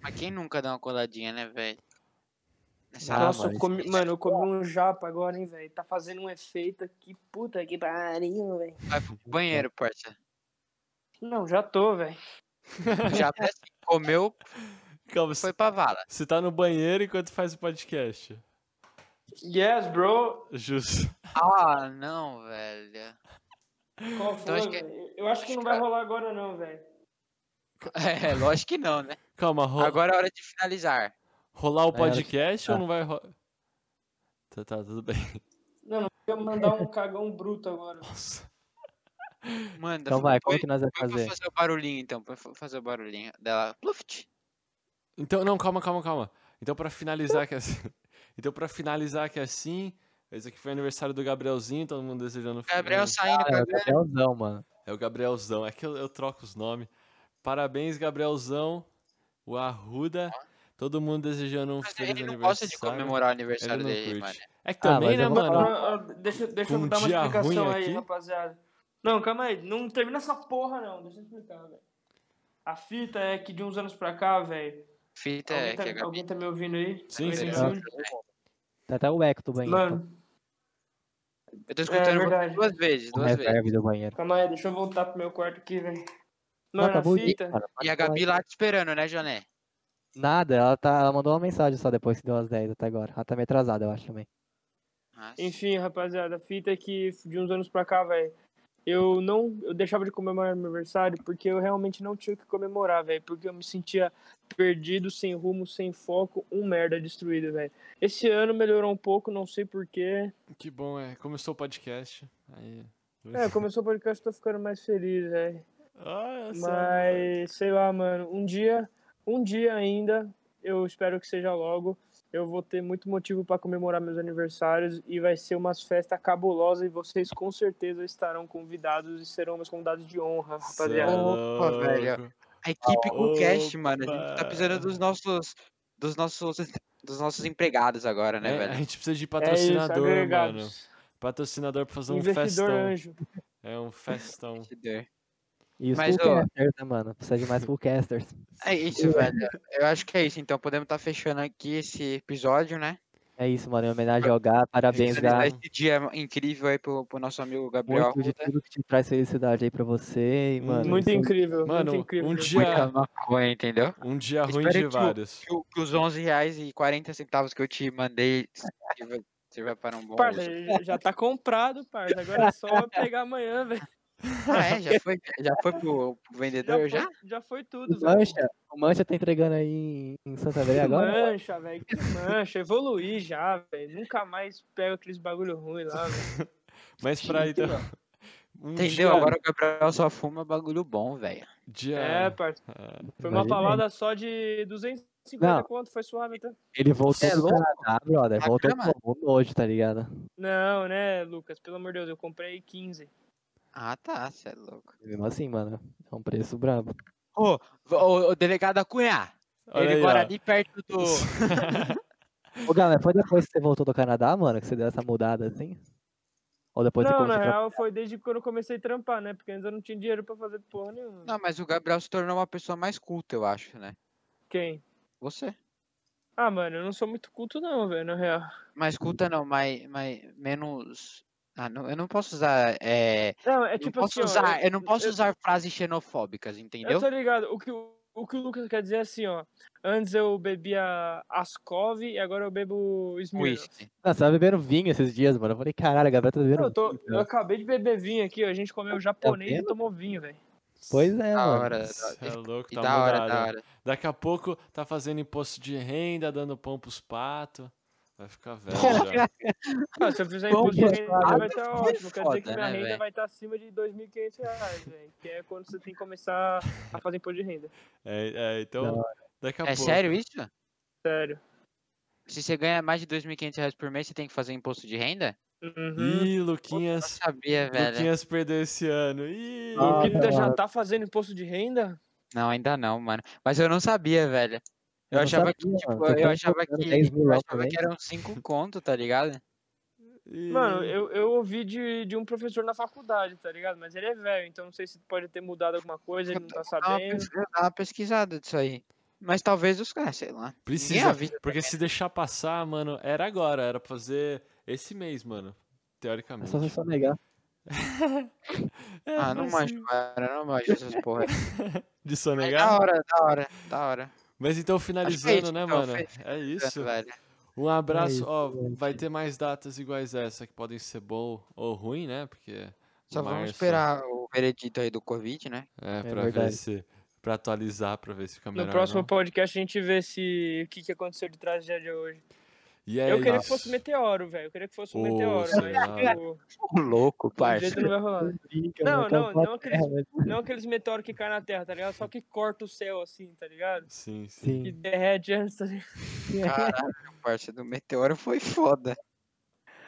[SPEAKER 3] Mas quem nunca dá uma coladinha, né, velho? Nessa
[SPEAKER 1] Ah,
[SPEAKER 2] Nossa, eu
[SPEAKER 1] mas-
[SPEAKER 3] é
[SPEAKER 2] comi, mano, eu comi um japa agora, hein, velho. Tá fazendo um efeito aqui, puta que pariu, velho.
[SPEAKER 3] vai pro banheiro, parça.
[SPEAKER 2] Não, já tô, velho.
[SPEAKER 3] Já até assim, comeu, foi
[SPEAKER 4] Calma, você
[SPEAKER 3] pra vala.
[SPEAKER 4] você tá no banheiro enquanto faz o podcast.
[SPEAKER 2] Yes, bro.
[SPEAKER 4] Justo.
[SPEAKER 3] Ah, não, velho.
[SPEAKER 2] Qual foi,
[SPEAKER 3] acho que-
[SPEAKER 2] velho? Eu acho que não vai rolar agora, não, velho.
[SPEAKER 3] É, lógico que não, né?
[SPEAKER 4] Calma, ro-
[SPEAKER 3] Agora é hora de finalizar.
[SPEAKER 4] rolar o
[SPEAKER 1] Aí ela-
[SPEAKER 4] podcast ou
[SPEAKER 1] Ah.
[SPEAKER 4] não vai rolar? Tá, tá, tudo bem.
[SPEAKER 2] Eu vou mandar um cagão bruto agora.
[SPEAKER 4] Nossa.
[SPEAKER 3] Manda.
[SPEAKER 1] Então vai, como
[SPEAKER 3] põe-
[SPEAKER 1] que nós vamos
[SPEAKER 3] põe pra
[SPEAKER 1] fazer?
[SPEAKER 3] fazer o barulhinho, então. Põe pra fazer o barulhinho dela. Pluft.
[SPEAKER 4] Então, não, calma, calma, calma. Então, pra finalizar que assim. Então, pra finalizar que assim. Esse aqui foi o aniversário do Gabrielzinho, todo mundo desejando.
[SPEAKER 3] Gabriel
[SPEAKER 4] feliz-
[SPEAKER 3] saindo.
[SPEAKER 1] É, o
[SPEAKER 3] Gabriel.
[SPEAKER 1] Gabrielzão, mano.
[SPEAKER 4] É o Gabrielzão. É que eu, eu troco os nomes. Parabéns, Gabrielzão. O Arruda. Todo mundo desejando um
[SPEAKER 3] Mas
[SPEAKER 4] feliz
[SPEAKER 3] ele não
[SPEAKER 4] aniversário.
[SPEAKER 3] gosta de comemorar o
[SPEAKER 4] Ele
[SPEAKER 3] aniversário
[SPEAKER 4] não
[SPEAKER 3] dele,
[SPEAKER 4] curte.
[SPEAKER 3] mano.
[SPEAKER 4] É que
[SPEAKER 1] Ah,
[SPEAKER 4] também,
[SPEAKER 1] mas
[SPEAKER 4] né,
[SPEAKER 1] eu vou
[SPEAKER 4] mano?
[SPEAKER 1] falar-
[SPEAKER 2] Ah, ah, deixa deixa
[SPEAKER 4] Com
[SPEAKER 2] eu dar uma
[SPEAKER 4] um dia
[SPEAKER 2] explicação
[SPEAKER 4] ruim
[SPEAKER 2] aí,
[SPEAKER 4] aqui?
[SPEAKER 2] rapaziada. Não, calma aí. Não termina essa porra, não. Deixa eu explicar, velho. A fita é que de uns anos pra cá, velho.
[SPEAKER 3] Fita é
[SPEAKER 2] Alguém,
[SPEAKER 3] que a
[SPEAKER 2] tá,
[SPEAKER 3] Gabi.
[SPEAKER 2] alguém tá me ouvindo aí?
[SPEAKER 4] Sim,
[SPEAKER 2] Alguém
[SPEAKER 4] sim,
[SPEAKER 2] tá me
[SPEAKER 1] sim.
[SPEAKER 2] ouvindo?
[SPEAKER 1] Tá até o eco do banheiro.
[SPEAKER 2] Mano,
[SPEAKER 3] Eu tô escutando você
[SPEAKER 2] É verdade.
[SPEAKER 3] duas vezes,
[SPEAKER 1] tá? O
[SPEAKER 3] duas vezes.
[SPEAKER 1] reverb do banheiro.
[SPEAKER 2] calma aí. Deixa eu voltar pro meu quarto aqui, velho.
[SPEAKER 1] Não,
[SPEAKER 2] Mano, a
[SPEAKER 1] acabou o dia,
[SPEAKER 2] fita.
[SPEAKER 1] cara.
[SPEAKER 3] E a
[SPEAKER 1] Pode falar aí.
[SPEAKER 3] Gabi lá te esperando, né, Joné?
[SPEAKER 1] Nada, ela, tá, ela mandou uma mensagem só depois que deu as 10 até agora. Ela tá meio atrasada, eu acho também.
[SPEAKER 3] Nossa.
[SPEAKER 2] Enfim, rapaziada, a fita é que de uns anos pra cá, velho, eu não. Eu deixava de comemorar meu aniversário porque eu realmente não tinha o que comemorar, velho. Porque eu me sentia perdido, sem rumo, sem foco, um merda destruído, velho. Esse ano melhorou um pouco, não sei porquê.
[SPEAKER 4] Que bom, é. Começou o podcast. Aí.
[SPEAKER 2] É, começou o podcast, tô ficando mais feliz, velho.
[SPEAKER 4] Ah, essa-
[SPEAKER 2] Mas, sei lá, mano, um dia, um dia ainda, eu espero que seja logo, eu vou ter muito motivo pra comemorar meus aniversários e vai ser umas festas cabulosas e vocês com certeza estarão convidados e serão meus convidados de honra,
[SPEAKER 4] Cê
[SPEAKER 2] rapaziada.
[SPEAKER 4] é
[SPEAKER 3] Opa,
[SPEAKER 4] louco.
[SPEAKER 3] velho. A equipe com cast, mano. A gente tá
[SPEAKER 4] Opa.
[SPEAKER 3] precisando dos nossos. Dos nossos. Dos nossos empregados agora, né,
[SPEAKER 4] É, a
[SPEAKER 3] velho?
[SPEAKER 4] gente precisa de
[SPEAKER 2] É isso,
[SPEAKER 4] patrocinador, mano.
[SPEAKER 2] agregados.
[SPEAKER 4] Patrocinador pra fazer um
[SPEAKER 2] Investidor
[SPEAKER 4] festão.
[SPEAKER 2] anjo.
[SPEAKER 4] É um festão.
[SPEAKER 1] E os
[SPEAKER 3] Mas, ô-
[SPEAKER 1] Coolcasters, né, mano? Precisa de mais Coolcasters.
[SPEAKER 3] É isso, velho. Eu acho que é isso. Então podemos estar fechando aqui esse episódio, né?
[SPEAKER 1] É isso, mano. Em homenagem ao Gá, parabéns,
[SPEAKER 4] Felicidade.
[SPEAKER 1] Gá.
[SPEAKER 3] Finalizar esse dia incrível aí pro, pro nosso amigo Gabriel.
[SPEAKER 1] tá. Muito de
[SPEAKER 3] Arruda.
[SPEAKER 1] tudo que te traz felicidade aí pra você. E,
[SPEAKER 4] Hum.
[SPEAKER 1] mano,
[SPEAKER 2] Muito
[SPEAKER 1] isso-
[SPEAKER 2] incrível,
[SPEAKER 4] Mano,
[SPEAKER 2] muito incrível.
[SPEAKER 4] um
[SPEAKER 2] né?
[SPEAKER 4] dia-
[SPEAKER 3] Muita maconha, entendeu?
[SPEAKER 4] Um dia ruim
[SPEAKER 3] Espero
[SPEAKER 4] de
[SPEAKER 3] que o-
[SPEAKER 4] vários.
[SPEAKER 3] Que, o- que os 11 reais e 40 centavos que eu te mandei sirva, sirva para um bom
[SPEAKER 2] Parça,
[SPEAKER 3] uso.
[SPEAKER 2] já tá comprado, parça. Agora é só pegar amanhã, velho.
[SPEAKER 3] Ah, é? Já foi, já foi pro, pro vendedor?
[SPEAKER 2] Já,
[SPEAKER 3] Já?
[SPEAKER 2] foi- já foi tudo,
[SPEAKER 1] O
[SPEAKER 2] velho.
[SPEAKER 1] Mancha, o Mancha tá entregando aí em- em Santa Maria
[SPEAKER 2] Que
[SPEAKER 1] agora?
[SPEAKER 2] mancha, velho. Que mancha. Evoluir já, velho. Nunca mais pego aqueles bagulho ruim lá, velho.
[SPEAKER 4] Mas pra então. Um
[SPEAKER 3] Entendeu?
[SPEAKER 4] dia-
[SPEAKER 3] Agora o Gabriel só fuma bagulho bom, velho.
[SPEAKER 4] dia-
[SPEAKER 2] É, parça.
[SPEAKER 4] ah,
[SPEAKER 2] Foi uma
[SPEAKER 1] Imagina.
[SPEAKER 2] paulada só de 250
[SPEAKER 1] Não.
[SPEAKER 2] conto. Foi suave, tá?
[SPEAKER 1] Ele voltou
[SPEAKER 3] Cê é
[SPEAKER 1] pro
[SPEAKER 3] louco?
[SPEAKER 1] Canadá, brother.
[SPEAKER 3] Na
[SPEAKER 1] Voltou
[SPEAKER 3] cama?
[SPEAKER 1] pro mundo hoje, tá ligado?
[SPEAKER 2] Não, né, Lucas? Pelo amor de Deus, eu comprei 15.
[SPEAKER 3] Ah, tá. Você é louco.
[SPEAKER 1] Mesmo assim, mano. É um preço brabo.
[SPEAKER 3] Ô, v- ô, ô, delegado Acunha.
[SPEAKER 4] Olha
[SPEAKER 3] ele
[SPEAKER 4] aí,
[SPEAKER 3] mora
[SPEAKER 4] ó.
[SPEAKER 3] ali perto do.
[SPEAKER 1] Ô, galera, foi depois que você voltou do Canadá, mano, que você deu essa mudada assim? Ou depois você
[SPEAKER 2] não, na
[SPEAKER 1] começou a
[SPEAKER 2] real, foi desde quando eu comecei a trampar, né? Porque antes eu não tinha dinheiro pra fazer porra nenhuma.
[SPEAKER 3] Não, mas o Gabriel se tornou uma pessoa mais culta, eu acho, né?
[SPEAKER 2] Quem?
[SPEAKER 3] Você.
[SPEAKER 2] Ah, mano, eu não sou muito culto não, velho, na real.
[SPEAKER 3] Mas culta não, mas, mas menos. Ah, não, eu não posso usar. É,
[SPEAKER 2] Não, é
[SPEAKER 3] eu não
[SPEAKER 2] tipo assim,
[SPEAKER 3] posso
[SPEAKER 2] ó,
[SPEAKER 3] usar, eu,
[SPEAKER 2] eu-
[SPEAKER 3] não posso
[SPEAKER 2] eu-
[SPEAKER 3] usar frases xenofóbicas, entendeu?
[SPEAKER 2] Eu tô ligado. O que o, o que o Lucas quer dizer é assim, ó. Antes eu bebia Ascov e agora eu bebo Smirnoff.
[SPEAKER 3] Whisky.
[SPEAKER 1] Não, Ah, você tava bebendo vinho esses dias, mano. Eu falei, caralho, a Gabriela tá bebendo
[SPEAKER 2] Eu, tô-
[SPEAKER 1] vinho.
[SPEAKER 2] eu
[SPEAKER 1] cara.
[SPEAKER 2] acabei de beber vinho aqui, ó. A gente comeu japonês e
[SPEAKER 1] vendo?
[SPEAKER 2] tomou vinho, velho.
[SPEAKER 1] Pois é,
[SPEAKER 3] Da
[SPEAKER 1] mano.
[SPEAKER 3] hora.
[SPEAKER 4] Cê
[SPEAKER 3] Da,
[SPEAKER 4] é louco,
[SPEAKER 3] e
[SPEAKER 4] tá
[SPEAKER 3] da hora,
[SPEAKER 4] mudado.
[SPEAKER 3] da hora.
[SPEAKER 4] Daqui a pouco tá fazendo imposto de renda, dando pão pros patos. Vai ficar velho.
[SPEAKER 3] Porra.
[SPEAKER 4] já.
[SPEAKER 2] Ah, se eu fizer
[SPEAKER 3] Bom,
[SPEAKER 2] imposto de
[SPEAKER 1] mas
[SPEAKER 2] renda,
[SPEAKER 1] claro,
[SPEAKER 2] vai estar
[SPEAKER 3] é
[SPEAKER 2] ótimo. Quer dizer que
[SPEAKER 3] foda,
[SPEAKER 2] minha
[SPEAKER 3] né,
[SPEAKER 2] renda
[SPEAKER 3] velho?
[SPEAKER 2] vai estar acima de R$ 2.500 reais, velho. Que é quando você tem que começar a fazer imposto de renda.
[SPEAKER 4] É, é,
[SPEAKER 1] Da
[SPEAKER 4] então, daqui a
[SPEAKER 3] É
[SPEAKER 4] pouco.
[SPEAKER 3] sério isso?
[SPEAKER 2] Sério.
[SPEAKER 3] Se você ganha mais de 2.500 reais por mês, você tem que fazer imposto de renda?
[SPEAKER 2] Uhum.
[SPEAKER 4] Ih,
[SPEAKER 3] Eu não
[SPEAKER 4] Luquinhas.
[SPEAKER 3] sabia, tá velho. né?
[SPEAKER 4] Luquinhas perdeu esse ano. Ih,
[SPEAKER 1] Ah,
[SPEAKER 2] o Kipta já
[SPEAKER 1] mano.
[SPEAKER 2] tá fazendo imposto de renda?
[SPEAKER 3] Não, ainda não, mano. Mas eu não sabia, velho. Eu,
[SPEAKER 1] não
[SPEAKER 3] achava que,
[SPEAKER 1] sabia,
[SPEAKER 3] tipo,
[SPEAKER 1] mano. Tô
[SPEAKER 3] eu
[SPEAKER 1] tão
[SPEAKER 3] achava
[SPEAKER 1] procurando
[SPEAKER 3] que,
[SPEAKER 1] 10
[SPEAKER 3] eu
[SPEAKER 1] milão por
[SPEAKER 3] achava que
[SPEAKER 1] mês.
[SPEAKER 3] eram 5 conto, tá ligado?
[SPEAKER 4] ih.
[SPEAKER 2] Mano, eu, eu ouvi de, de um professor na faculdade, tá ligado? Mas ele é velho, então não sei se pode ter mudado alguma coisa, ele não tá
[SPEAKER 3] Eu dava uma
[SPEAKER 2] sabendo.
[SPEAKER 3] pes- eu dava uma pesquisada disso aí. Mas talvez os caras, sei lá. Ninguém
[SPEAKER 4] Precisa.
[SPEAKER 3] avisa. né?
[SPEAKER 4] Porque se deixar passar, mano, era agora. Era pra fazer esse mês, mano.
[SPEAKER 1] É
[SPEAKER 4] Teoricamente.
[SPEAKER 1] só você só negar.
[SPEAKER 4] É,
[SPEAKER 3] Ah, não
[SPEAKER 4] mas-
[SPEAKER 3] manjo, cara. Não manjo essas porra.
[SPEAKER 1] Tá
[SPEAKER 3] aí.
[SPEAKER 4] De
[SPEAKER 3] Mas Da
[SPEAKER 4] sonegar?
[SPEAKER 3] hora, da hora, da hora.
[SPEAKER 4] Mas então, finalizando, né,
[SPEAKER 3] então,
[SPEAKER 4] mano?
[SPEAKER 3] fe-
[SPEAKER 4] É isso.
[SPEAKER 3] Velho.
[SPEAKER 4] Um abraço.
[SPEAKER 1] É isso,
[SPEAKER 4] Ó,
[SPEAKER 1] gente.
[SPEAKER 4] vai ter mais datas iguais a essa que podem ser bom ou ruim, né? Porque.
[SPEAKER 3] Só vamos
[SPEAKER 4] março-
[SPEAKER 3] esperar o veredito aí do Covid, né?
[SPEAKER 4] É, pra ver
[SPEAKER 1] verdade.
[SPEAKER 4] se. Pra atualizar, pra ver se fica melhor.
[SPEAKER 2] No
[SPEAKER 4] ou
[SPEAKER 2] próximo
[SPEAKER 4] não.
[SPEAKER 2] podcast a gente vê se o que, que aconteceu de tragédia de hoje.
[SPEAKER 4] E é
[SPEAKER 2] eu queria que
[SPEAKER 4] isso.
[SPEAKER 2] fosse meteoro, velho. Eu queria que fosse um
[SPEAKER 4] Ô,
[SPEAKER 2] meteoro,
[SPEAKER 4] sei
[SPEAKER 2] mas
[SPEAKER 4] lá.
[SPEAKER 2] tipo,
[SPEAKER 3] Ô, louco,
[SPEAKER 2] de
[SPEAKER 3] parça.
[SPEAKER 2] jeito não vai rolar.
[SPEAKER 1] Brinca,
[SPEAKER 2] Não,
[SPEAKER 1] mano, tá
[SPEAKER 2] não,
[SPEAKER 1] uma
[SPEAKER 2] não acredito.
[SPEAKER 1] terra, velho.
[SPEAKER 2] Não aqueles meteoros que caem na Terra, tá ligado? Só que corta o céu assim, tá ligado?
[SPEAKER 4] Sim, sim.
[SPEAKER 2] Que
[SPEAKER 1] Sim.
[SPEAKER 2] derrete antes, tá ligado?
[SPEAKER 3] Caralho, parça. Do meteoro foi foda.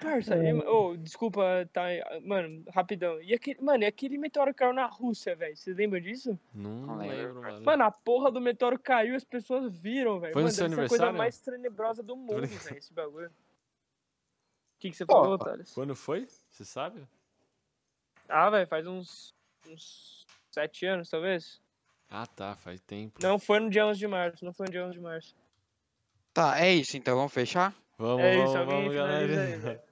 [SPEAKER 2] Parça,
[SPEAKER 4] É.
[SPEAKER 2] e- ô, desculpa, tá. Mano, rapidão. E aquele, mano, e aquele meteoro que caiu na Rússia, velho? Vocês lembram disso?
[SPEAKER 4] Não,
[SPEAKER 3] Não lembro,
[SPEAKER 4] lembro,
[SPEAKER 3] parça.
[SPEAKER 4] mano.
[SPEAKER 2] Mano, a porra do meteoro caiu, as pessoas viram, velho.
[SPEAKER 4] Foi no
[SPEAKER 2] Mano,
[SPEAKER 4] seu
[SPEAKER 2] deve ser a coisa
[SPEAKER 4] aniversário?
[SPEAKER 2] mais tenebrosa do mundo,
[SPEAKER 4] brincando.
[SPEAKER 2] velho, esse bagulho. O que, que você
[SPEAKER 3] Pô,
[SPEAKER 2] falou, Thales?
[SPEAKER 4] Quando foi? Você sabe?
[SPEAKER 2] Ah, velho, faz uns, uns sete anos, talvez.
[SPEAKER 4] Ah, tá, faz tempo.
[SPEAKER 2] Não foi no dia 11 de março, não foi no dia 11 de março.
[SPEAKER 3] Tá, é isso. Então vamos fechar?
[SPEAKER 4] Vamos,
[SPEAKER 2] É
[SPEAKER 4] vamos,
[SPEAKER 2] isso, alguém
[SPEAKER 4] vamos,
[SPEAKER 2] finaliza
[SPEAKER 4] galera.
[SPEAKER 2] aí, velho.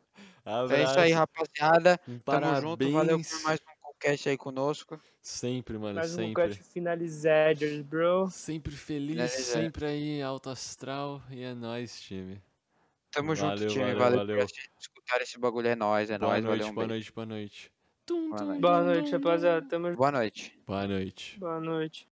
[SPEAKER 4] Abraço.
[SPEAKER 3] É isso aí, rapaziada. Tamo
[SPEAKER 4] Parabéns.
[SPEAKER 3] junto. Valeu por mais um podcast aí conosco.
[SPEAKER 4] Sempre, mano,
[SPEAKER 2] Mais um
[SPEAKER 4] sempre.
[SPEAKER 2] cut finalizadores, bro.
[SPEAKER 4] Sempre
[SPEAKER 3] É,
[SPEAKER 4] feliz,
[SPEAKER 3] Finalizar.
[SPEAKER 4] sempre aí, alto astral. E é nóis, time.
[SPEAKER 3] Tamo junto,
[SPEAKER 4] Valeu,
[SPEAKER 3] time.
[SPEAKER 4] valeu,
[SPEAKER 3] Valeu,
[SPEAKER 4] valeu.
[SPEAKER 3] por assistir, escutar esse bagulho. É nóis, é
[SPEAKER 4] boa
[SPEAKER 3] nóis.
[SPEAKER 4] noite,
[SPEAKER 3] valeu, um
[SPEAKER 4] boa
[SPEAKER 3] beijo.
[SPEAKER 4] noite, boa noite. Tum,
[SPEAKER 3] Boa
[SPEAKER 4] tum,
[SPEAKER 3] noite.
[SPEAKER 2] Boa
[SPEAKER 4] tum,
[SPEAKER 2] noite,
[SPEAKER 4] tum,
[SPEAKER 2] rapaziada. Tamo junto.
[SPEAKER 3] Boa noite.
[SPEAKER 4] Boa noite.
[SPEAKER 2] Boa noite.